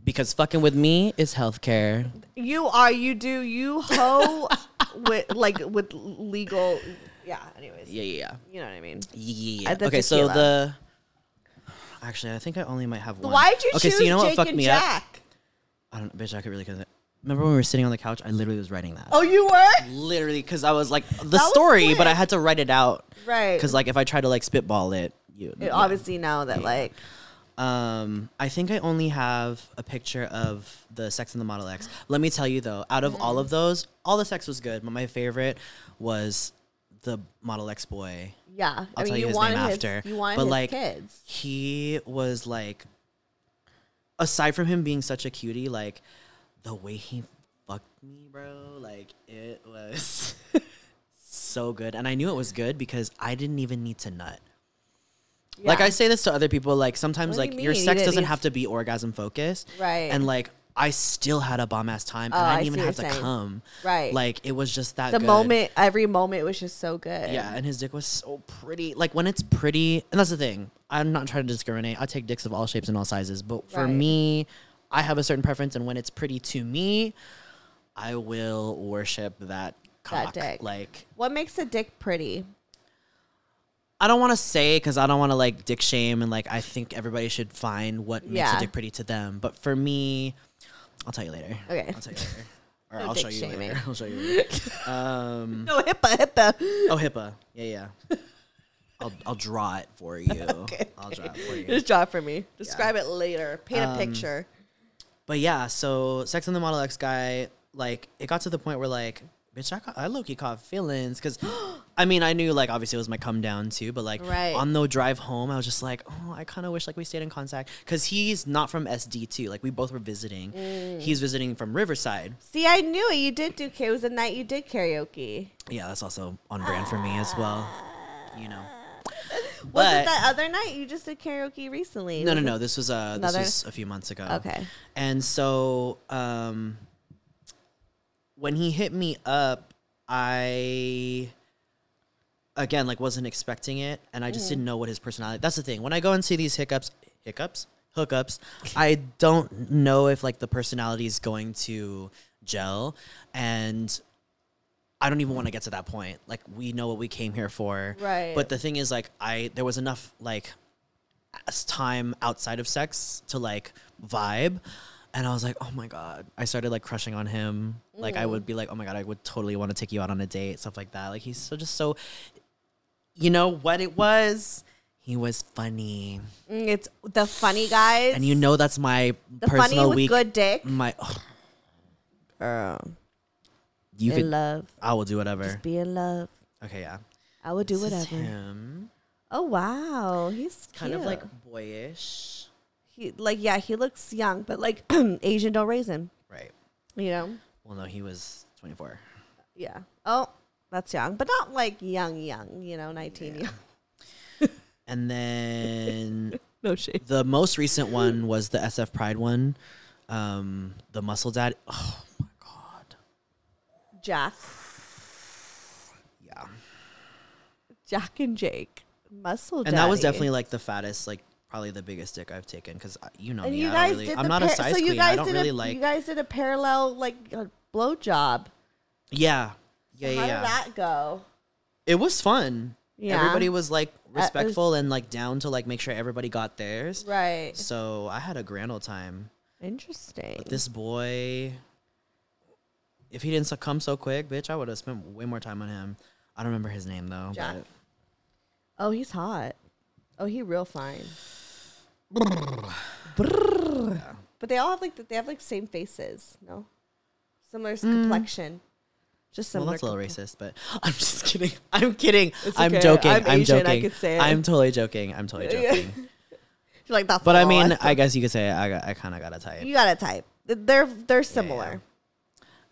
because fucking with me is healthcare. You are. You do. You hoe with like with legal. Yeah. Anyways. Yeah, yeah, You know what I mean. yeah. yeah. Add the okay, so tequila. the. Actually, I think I only might have one. Why'd you okay, choose so you know Jake what fucked and me up? Jack? I don't, bitch. I could really. Cause remember when we were sitting on the couch? I literally was writing that. Oh, you were literally because I was like the was story, but I quick. had to write it out. right. Because like if I try to like spitball it, you It- obviously now that like Um, I think I only have a picture of the Sex and the Model X. Let me tell you though, out of all of those, all the sex was good, but my favorite was the Model X boy. yeah. I'll I mean, tell you, you his wanted name his, after. You wanted but his like, kids. he was like, aside from him being such a cutie, like the way he fucked me, bro, like it was so good, and I knew it was good because I didn't even need to nut. Like Yeah. I say this to other people, like sometimes What do like you your mean? You sex didn't doesn't need- have to be orgasm focused, Right. And like I still had a bomb ass time, and Oh, I I didn't even see have what to you're saying. come, Right. Like it was just that the good. moment, every moment was just so good. Yeah, and his dick was so pretty. Like when it's pretty, and that's the thing. I'm not trying to discriminate. I take dicks of all shapes and all sizes, but for Right. me, I have a certain preference, and when it's pretty to me, I will worship that cock. dick. Like What makes a dick pretty? I don't want to say because I don't want to like dick shame, and like I think everybody should find what makes Yeah. a dick pretty to them. But for me, I'll tell you later. Okay. I'll tell you later, or No I'll dick show you shaming. later. I'll show you. Later. um. No HIPAA, HIPAA. Oh, HIPAA. Yeah, yeah. I'll, I'll draw it for you. I'll draw it for you. Just draw it for me. Describe it later. Paint Um, a picture. But yeah, so Sex and the Model X guy, like, it got to the point where, like, bitch, I, caught, I low-key caught feelings. Because, I mean, I knew, like, obviously it was my come down, too. But, like, Right. on the drive home, I was just like, oh, I kind of wish, like, we stayed in contact. Because he's not from SD, too. Like, we both were visiting. Mm. He's visiting from Riverside. See, I knew it. You did do. It was the night you did karaoke. Yeah, that's also on brand for me as well. You know. Was But- it that other night you just did karaoke recently? No, no, Was no. This was uh, this Another- was a few months ago. Okay. And so, um, when he hit me up, I again like wasn't expecting it, and I just didn't know what his personality. That's the thing. When I go and see these hiccups, hiccups, hookups, I don't know if like the personality is going to gel, and I don't even want to get to that point. Like we know what we came here for, Right. But the thing is, like I there was enough like s- time outside of sex to like vibe and i was like oh my god i started like crushing on him like i would be like oh my god i would totally want to take you out on a date stuff like that like he's so just so you know what it was he was funny it- Mm, It's the funny guys. and you know that's my the funny personal with weak good dick. my Girl, you in can love. i will do whatever Be in love. okay yeah I will do This is whatever. him Oh wow, he's kind of cute. like boyish he, like yeah, he looks young, but like Asian don't raise him. right You know. well no he was 24 Yeah. Oh, that's young, but not like young, young. You know, nineteen. Young. and then No shade. The most recent one was the SF Pride one. Um, the Muscle Dad. Oh my god. Jack, Yeah. Jack and Jake, muscle. And that was daddy. definitely like the fattest like probably the biggest dick I've taken because you know and me. you I guys don't really, did I'm the not a par- size so you queen. guys I don't did really a, like. you guys did a parallel like a blowjob. yeah, yeah, yeah. How yeah. did that go? it was fun. Yeah. Uh, Everybody was like respectful and like down to like make sure everybody got theirs. Right. So I had a grand old time. Interesting. This boy, if he didn't succumb so quick, bitch, I would have spent way more time on him. I don't remember his name though. Jack. but- Oh, he's hot. Oh, he real fine. But they all have like the, they have like same faces, no? Similar s- complexion. Just Well, similar. that's a little complexion. racist, but I'm just kidding. I'm kidding. It's I'm okay. joking. I'm I'm, Asian, I joking. could say it. I'm totally joking. I'm totally Yeah. joking. You're like that's. But I all mean, th- I guess you could say I got, I kind of got a type. you got a type. They're they're similar,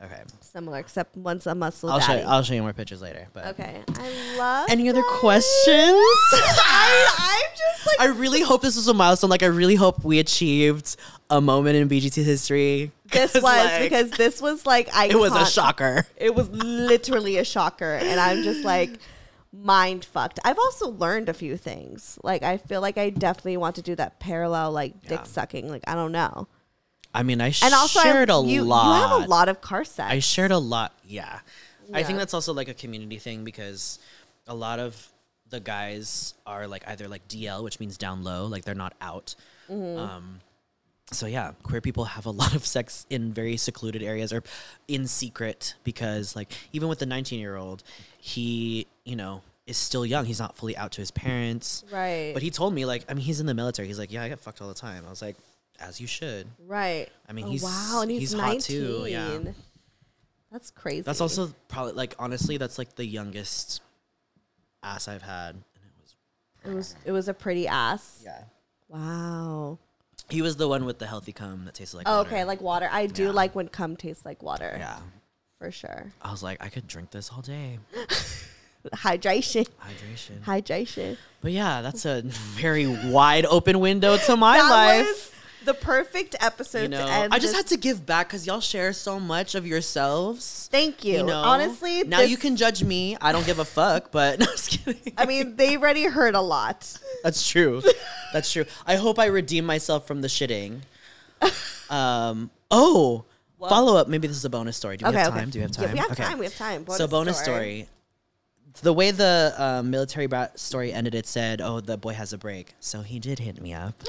Okay. similar except one's a muscle I'll show daddy. you, I'll show you more pictures later. But okay, I love. any other that. questions? I I'm just like I really hope this was a milestone. Like, I really hope we achieved a moment in BGT history. this was 'Cause, like, because this was like I. it was a shocker. It was literally a shocker, and I'm just like mind fucked. I've also learned a few things. Like I feel like I definitely want to do that parallel, like dick sucking. Like I don't know. I mean, I And also, I- shared a you, lot. You have a lot of car sex. I shared a lot. Yeah. I Yeah. think that's also like a community thing because a lot of the guys are like either like DL, which means down low, like they're not out. Mm-hmm. Um, so yeah, queer people have a lot of sex in very secluded areas or in secret because like even with the 19 year old, he, you know, is still young. He's not fully out to his parents. Right. But he told me like, I mean, he's in the military. He's like, yeah, I get fucked all the time. I was like, as you should. right. I mean, Oh, he's- wow, and he's, he's 19. hot too, yeah. That's crazy. That's also probably like honestly, that's like the youngest ass I've had. And it was it was it was a pretty ass. yeah. Wow. He was the one with the healthy cum that tasted like Oh, water. okay, like water. I do Yeah. like when cum tastes like water. yeah. For sure. I was like, I could drink this all day. Hydration. Hydration. Hydration. But yeah, that's a very wide open window to my that life. was the perfect episode you know, to end. I just this- had to give back because y'all share so much of yourselves. Thank you. know? Honestly, now this- you can judge me. I don't give a fuck. But no, I'm just kidding. I mean, they already heard a lot. That's true. That's true. I hope I redeem myself from the shitting. Um. Oh, follow up. Maybe this is a bonus story. Do we Okay, have okay. time? Do we have time? Yeah, we have Okay. time. We have time. so Bonus bonus story. story. The way the uh, military brat story ended, it said, "Oh, the boy has a break," so he did hit me up.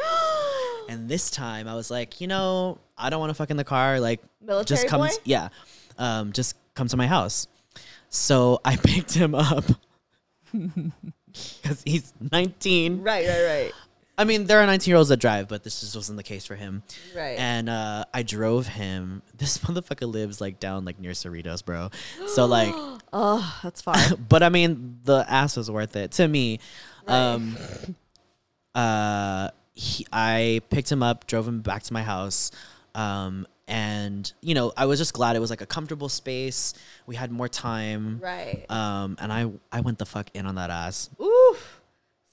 and this time, I was like, you know, I don't want to fuck in the car. Like, Military just come, boy? yeah, um, just come to my house. So I picked him up because he's 19. Right, right, right. I mean, there are 19 year olds that drive, but this just wasn't the case for him. Right. And uh, I drove him. This motherfucker lives like down like near Cerritos, bro. So like, Oh, that's far. but I mean, the ass was worth it to me. Um, uh, he, I picked him up, drove him back to my house. Um, and you know, I was just glad it was like a comfortable space. We had more time. right. Um, and I, I went the fuck in on that ass. Oof.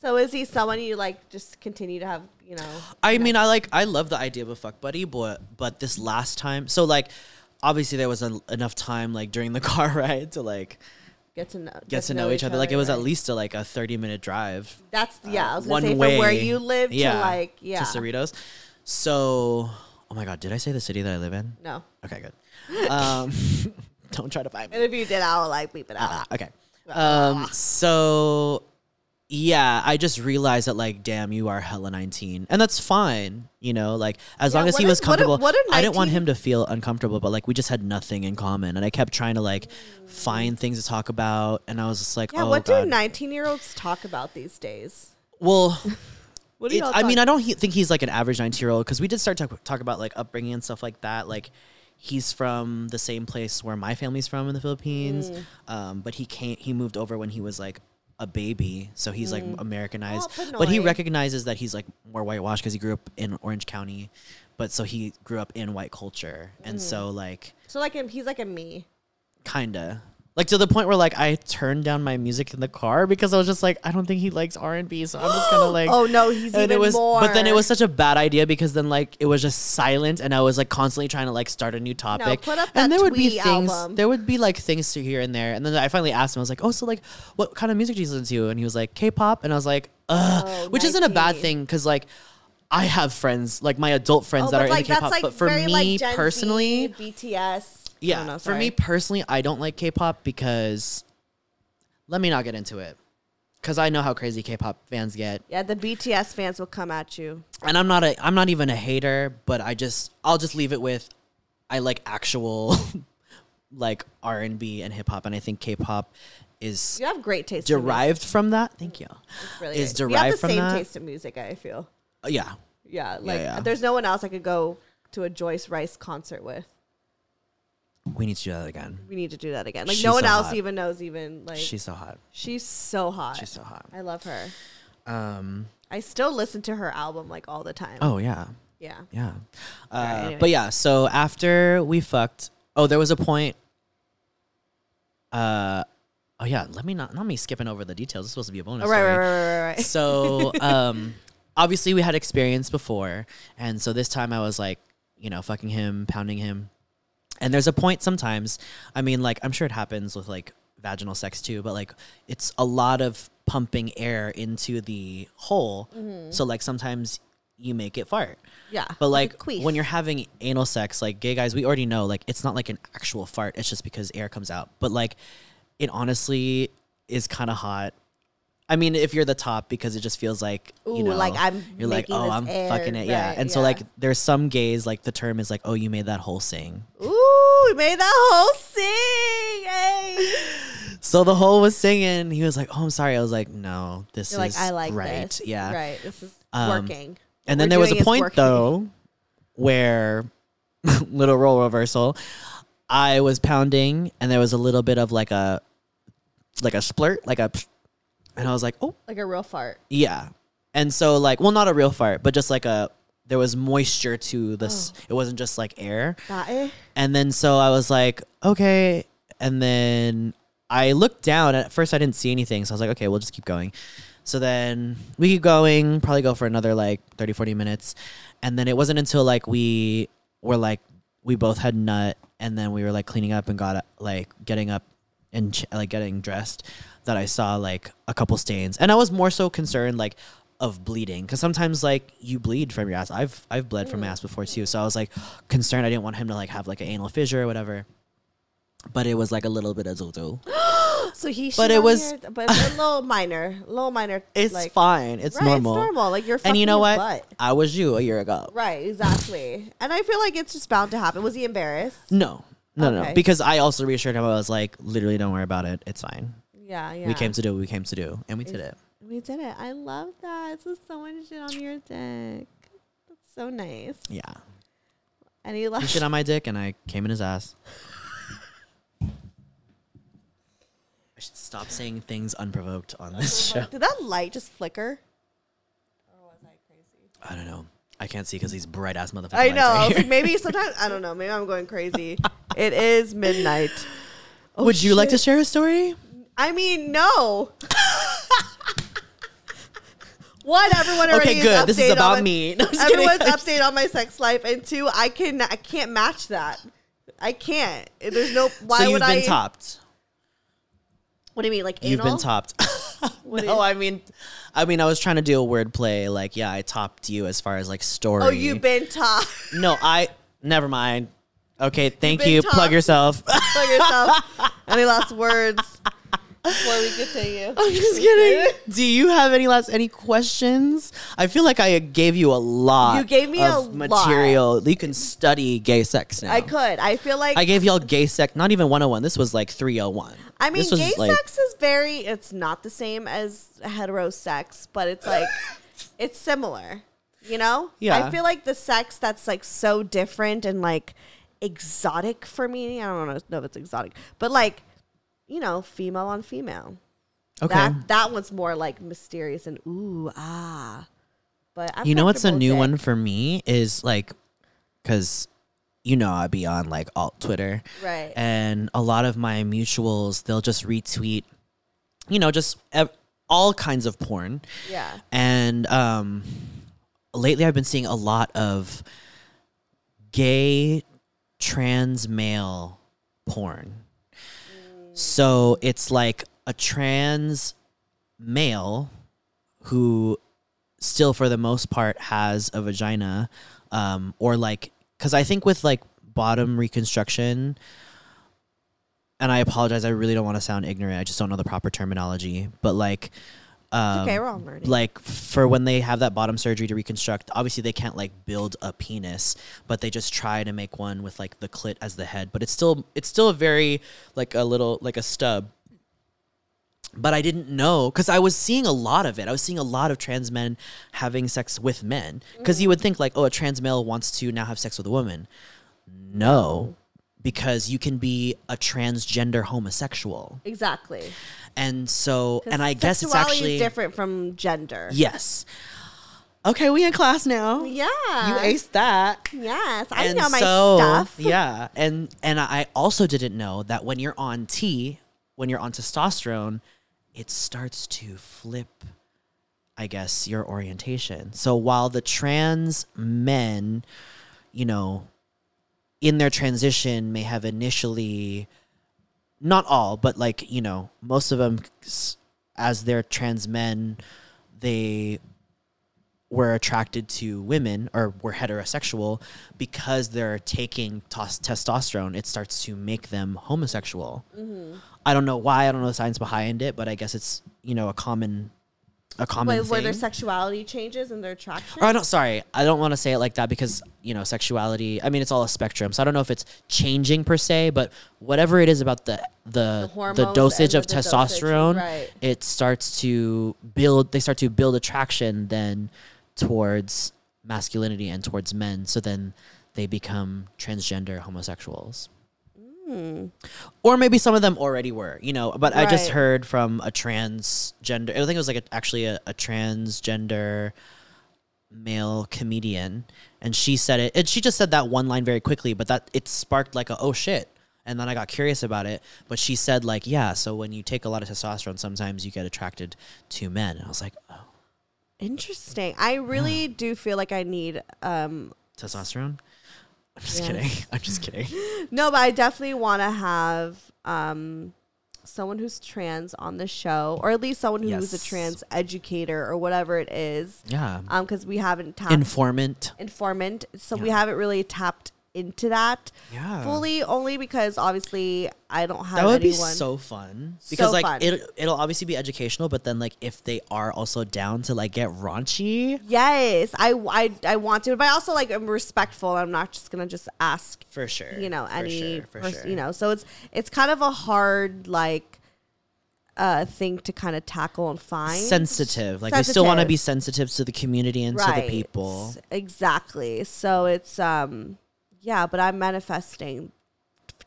So is he someone you like just continue to have, you know? I mean, I like I love the idea of a fuck buddy, but but this last time, so like obviously there was en- enough time like during the car ride to like Get to know get, get to know each other. Like it was at right? least a, like a thirty minute drive, that's yeah. I was one gonna say way from where you live to like yeah. to Cerritos. So oh my god, did I say the city that I live in? no, Okay, good. Um, don't try to find me. and if you did, I'll like beep it out. Ah, okay. Um, so yeah, I just realized that like, damn, you are hella nineteen, and that's fine. You know, like as Yeah, long as what he a- was what a- comfortable. what a I didn't want 19 him to feel uncomfortable, but like we just had nothing in common, and I kept trying to like find things to talk about, and I was just like, yeah, oh what do god. nineteen-year-olds talk about these days? well, What do it- y'all? I mean, talk- I don't he- think he's like an average 19 year old because we did start talk, talk about like upbringing and stuff like that. Like, he's from the same place where my family's from in the Philippines, Mm. um, but he can't, he moved over when he was like a baby. So he's like Americanized. Oh, but he Pinoy. recognizes that he's like more whitewashed because he grew up in Orange County. But so he Mm. grew up in white culture. And so, like, so like him, he's like a me. kinda. Like to the point where like I turned down my music in the car because I was just like I don't think he likes R and B, so I'm just gonna like. Oh, no, he's and it even was, But then it more. was such a bad idea because then like it was just silent, and I was like constantly trying to like start a new topic. put up and that there would be Twee things. album. There would be like things to here and there, and then I finally asked him. I was like, "Oh, so like what kind of music do you listen to?" And he was like, "K-pop," and I was like, "Ugh," Oh, which isn't a bad 19. thing because like. I have friends, like my adult friends, Oh, that but, are like, into K-pop. that's, like, but for very, me like, Gen Z, personally, BTS. yeah, Oh, no, for me sorry. personally, I don't like K-pop because let me not get into it because I know how crazy K-pop fans get, Yeah, the BTS fans will come at you. and I'm not a I'm not even a hater, but I just I'll just leave it with I like actual like R and B and hip hop, and I think K-pop is You have great taste. in music. derived from that. Thank you. Really is great. derived We have the from same that. taste in music. I feel. Uh, Yeah, Yeah, like yeah. there's no one else I could go to a Joyce Rice concert with. we need to do that again. We need to do that again. Like She's no one so else hot. even knows. Even like She's so hot. she's so hot. She's so hot. I love her. Um. I still listen to her album like all the time. Oh yeah. yeah. Yeah. Uh, right, anyway. But yeah, so after we fucked, oh, there was a point. Uh, oh yeah, let me not not me skipping over the details. It's supposed to be a bonus. Oh, right, right, story. right, right, right, right. So, um, obviously we had experience before, and so this time I was like, you know, fucking him, pounding him, and there's a point sometimes. I mean, like I'm sure it happens with like vaginal sex too, but like it's a lot of pumping air into the hole. So like sometimes you make it fart. Yeah, But like like a queef. when you're having anal sex, like gay guys, we already know like it's not like an actual fart. It's just because air comes out. But like it honestly is kind of hot. I mean, if you're the top, because it just feels like you Ooh, know, like, I'm you're like, making oh, this I'm air," fucking it, yeah. right, And so yeah. like there's some gays like the term is like, oh, you made that whole sing. Ooh, we made that whole sing. Hey. So the whole was singing. He was like, oh, I'm sorry. I was like, no, this You're like is I like right, this. yeah, Right. This is Um, working. What And then we're there was doing a is point working. though where little role reversal. I was pounding and there was a little bit of like a like a splurt, like a and I was like, "Oh, like a real fart. yeah." And so like, well not a real fart, but just like a there was moisture to this. Oh. It wasn't just like air. That eh? And then so I was like, okay. And then I looked down. At first, I didn't see anything. So I was like, okay, we'll just keep going. So then we keep going, probably go for another like 30, 40 minutes. And then it wasn't until like we were like, we both had nut. And then we were like cleaning up and got like getting up and ch- like getting dressed that I saw like a couple stains. And I was more so concerned like, of bleeding because sometimes like you bleed from your ass i've i've bled from my ass before too so i was like concerned i didn't want him to like have like an anal fissure or whatever but it was like a little bit of doo So he. But it shit on was- your- but a little minor, little minor. it's like, fine it's right, normal It's normal. Like you're. and you know what Butt. i was you a year ago Right. Exactly. And I feel like it's just bound to happen. Was he embarrassed? no no no Okay. no because i also reassured him i was like literally don't worry about it it's fine Yeah. Yeah. we came to do what we came to do and we did it We did it. I love that. So someone shit on your dick. That's so nice. yeah And he he left. shit on my dick and i came in his ass i should stop saying things unprovoked on this show Did that light just flicker? I don't know. I can't see because these bright ass motherfuckers. I know. I was like, maybe sometimes I don't know. Maybe I'm going crazy. it is midnight. "Oh, Would you like to share a story? I mean, no. One, everyone already Okay, good. Is This is updated on about my- me. No, I'm just kidding. Everyone's update on my sex life, and two, I can I can't match that. I can't. There's no. Why so you've would been I? topped. What do you mean, like You've anal? been topped. no, I mean, I mean, I was trying to do a wordplay. Like, yeah, I topped you as far as like story. Oh, you've been topped. No, I. Never mind. Okay, thank been you. topped. Plug yourself. Tell yourself. Any last words before we continue? I'm just kidding. Do you have any last any questions? I feel like I gave you a lot. You gave me of a material. You can study gay sex now. I could. I feel like I I, gave y'all gay sex, not even 101. This was like 301. mean, This was gay like- sex is very. It's not the same as hetero sex, but it's like it's similar. You know? Yeah. I feel like the sex that's like so different and like exotic for me. I don't know, know if it's exotic, but like you know, female on female. Okay. That that one's more like mysterious and ooh ah. But I'm you know what's a comfortable new with it. one for me is like, because you know, I'd be on like alt Twitter. Right. And a lot of my mutuals, they'll just retweet, you know, just ev- all kinds of porn. Yeah. And um, lately I've been seeing a lot of gay trans male porn. So it's like a trans male who still for the most part has a vagina um, or like because i think with like bottom reconstruction and i apologize i really don't want to sound ignorant i just don't know the proper terminology but like um, okay, we're all learning. like for when they have that bottom surgery to reconstruct obviously they can't like build a penis but they just try to make one with like the clit as the head but it's still it's still a very like a little like a stub but i didn't know because i was seeing a lot of it i was seeing a lot of trans men having sex with men because you would think like oh a trans male wants to now have sex with a woman no because you can be a transgender homosexual exactly. and so 'Cause and i guess it's sexuality actually is different from gender. Yes. Okay, we in class now. Yeah. You aced that. Yes, I And know my so- stuff. Yeah. And and I also didn't know that when you're on T, when you're on testosterone, it starts to flip I guess your orientation. So while the trans men, you know, in their transition may have initially not all, but like, you know, most of them s- as they're trans men, they were attracted to women or were heterosexual because they're taking tos- testosterone, it starts to make them homosexual. I don't know why. I don't know the science behind it, but I guess it's you know a common, a common Wait, where thing. their sexuality changes and their attraction. or Oh, I don't. Sorry, I don't want to say it like that because you know sexuality. I mean, it's all a spectrum. So I don't know if it's changing per se, but whatever it is about the the the, hormones and dosage the- of the dosage, testosterone, right. it starts to build. They start to build attraction then towards masculinity and towards men. So then they become transgender homosexuals. Or maybe some of them already were, you know. But I just Right. heard from a transgender. I think it was like a, actually a, a transgender male comedian and she said it and she just said that one line very quickly but that it sparked like a oh shit and then i got curious about it but she said like yeah so when you take a lot of testosterone sometimes you get attracted to men and i was like oh Interesting. I really do feel like I need um testosterone i'm just kidding i'm just kidding no, but I definitely want to have um someone who's trans on the show or at least someone who's a Yes. trans educator or whatever it is. yeah Um cuz we haven't tapped informant informant. So we Yeah. haven't really tapped into that Yeah. fully only because obviously I don't have that would be anyone. so fun because like fun. it it'll obviously be educational but then like if they are also down to like get raunchy Yes, I, I, I want to, but I also like am respectful. I'm not just gonna just ask for sure you know for any sure, for pers- sure. you know so it's it's kind of a hard like uh thing to kind of tackle and find sensitive. Like we still want to Sensitive. be sensitive to the community and to the people. exactly so it's um yeah but i'm manifesting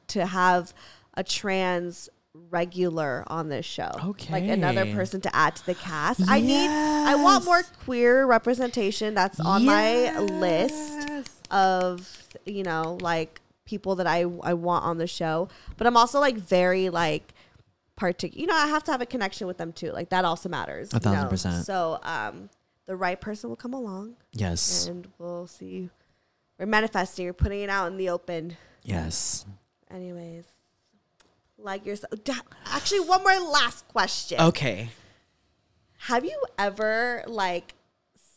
to have a trans regular on this show like another Okay. person to add to the cast i need i want more queer representation that's on my list of you know like people that I I want on the show, but I'm also like very like particular. You know, I have to have a connection with them too. Like that also matters. you thousand know? percent. So um, the right person will come along, Yes. and we'll see. We're manifesting. We're putting it out in the open. Yes. Anyways, like yourself. da- Actually, one more last question. Okay. Have you ever like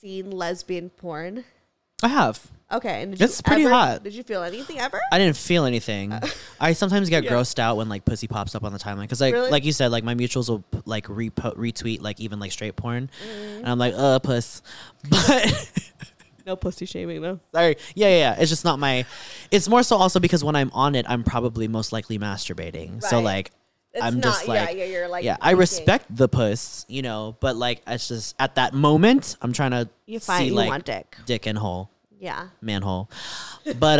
seen lesbian porn? I have. Okay, and did It's pretty ever- hot. Did you feel anything ever? I didn't feel anything. Uh, I sometimes get grossed out when like pussy pops up on the timeline because like Really? like you said like my mutuals will p- like repo- retweet like even like straight porn and I'm like uh puss, but Mm-hmm. no pussy shaming though. sorry yeah, yeah yeah it's just not my. It's more so also because when I'm on it I'm probably most likely masturbating so Right. like It's I'm not, just like yeah, yeah, you're like, yeah, I thinking. respect the puss, you know, but like it's just at that moment I'm trying to You find see you like want dick. dick and hole, Yeah. manhole. But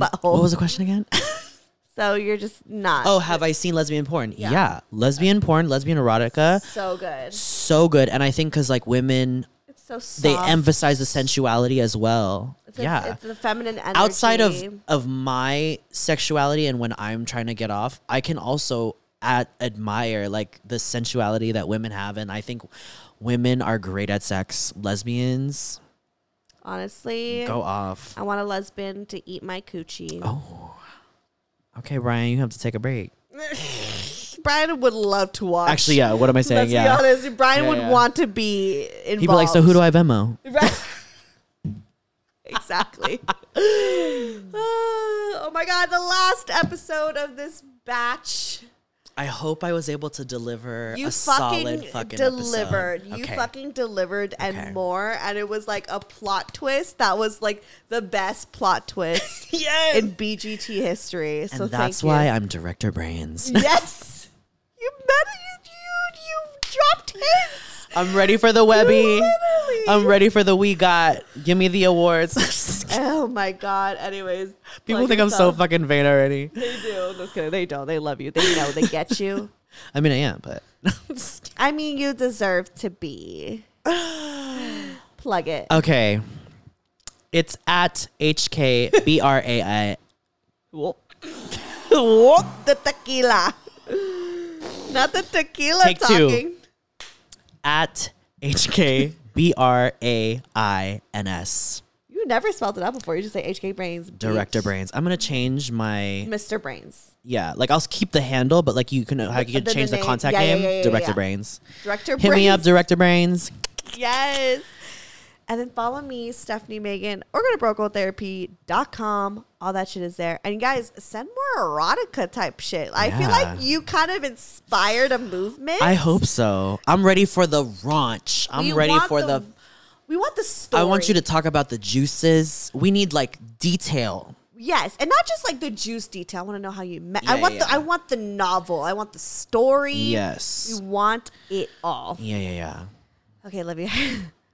Butthole. what was the question again? So you're just not. oh, have I seen lesbian porn? Yeah. Lesbian porn, lesbian erotica. so good. So good. And I think cuz like women It's so soft. they emphasize the sensuality as well. It's a- Yeah. it's the feminine energy. outside of of my sexuality and when I'm trying to get off, I can also at, admire like the sensuality that women have, and I think women are great at sex. Lesbians honestly, go off. I want a lesbian to eat my coochie. Oh, okay, Brian, you have to take a break. Brian would love to watch. Actually, yeah. What am I saying? Let's yeah, be honest. Brian Yeah, would yeah. want to be involved. he'd be like, "So who do I Venmo?" Right. exactly. Uh, oh my god, the last episode of this batch. I hope I was able to deliver You a fucking, solid fucking delivered. episode. You Okay. fucking delivered and Okay. more. And it was like a plot twist that was like the best plot twist yes. in BGT history. and So that's thank why you. I'm director brains. yes, you met you, you. You dropped hints. I'm ready for the Webby. Literally. I'm ready for the We Got. Give me the awards. Oh my god. Anyways, People plug think I'm so yourself. fucking vain already. They do. Just kidding. They don't. They love you. They know. They get you. I mean, I am, but I mean, you deserve to be. Plug it. okay. It's at HKBRAI. Whoop. Whoop the tequila. Not the tequila Take two. talking. At HKBRAINS. You never spelled it out before. You just say HK Brains. bitch. Director Brains. I'm going to change my. Mr. Brains. Yeah, Yeah, like I'll keep the handle, but like you can how you can The- the change the, name. contact Yeah, yeah, name. yeah, yeah, Director yeah. Brains. Director Hit Brains. me up, Director Brains. Yes. And then follow me, Stephanie Megan, or go to brocotherapy.com. All that shit is there. And guys, send more erotica type shit. I feel Yeah. like you kind of inspired a movement. I hope so. I'm ready for the raunch. I'm We ready want for the We want the story. I want you to talk about the juices. We need like detail. Yes, and not just like the juice detail. I want to know how you met. I Yeah, want the yeah. I want the novel. I want the story. Yes. We want it all. Yeah, yeah, yeah. Okay, love you.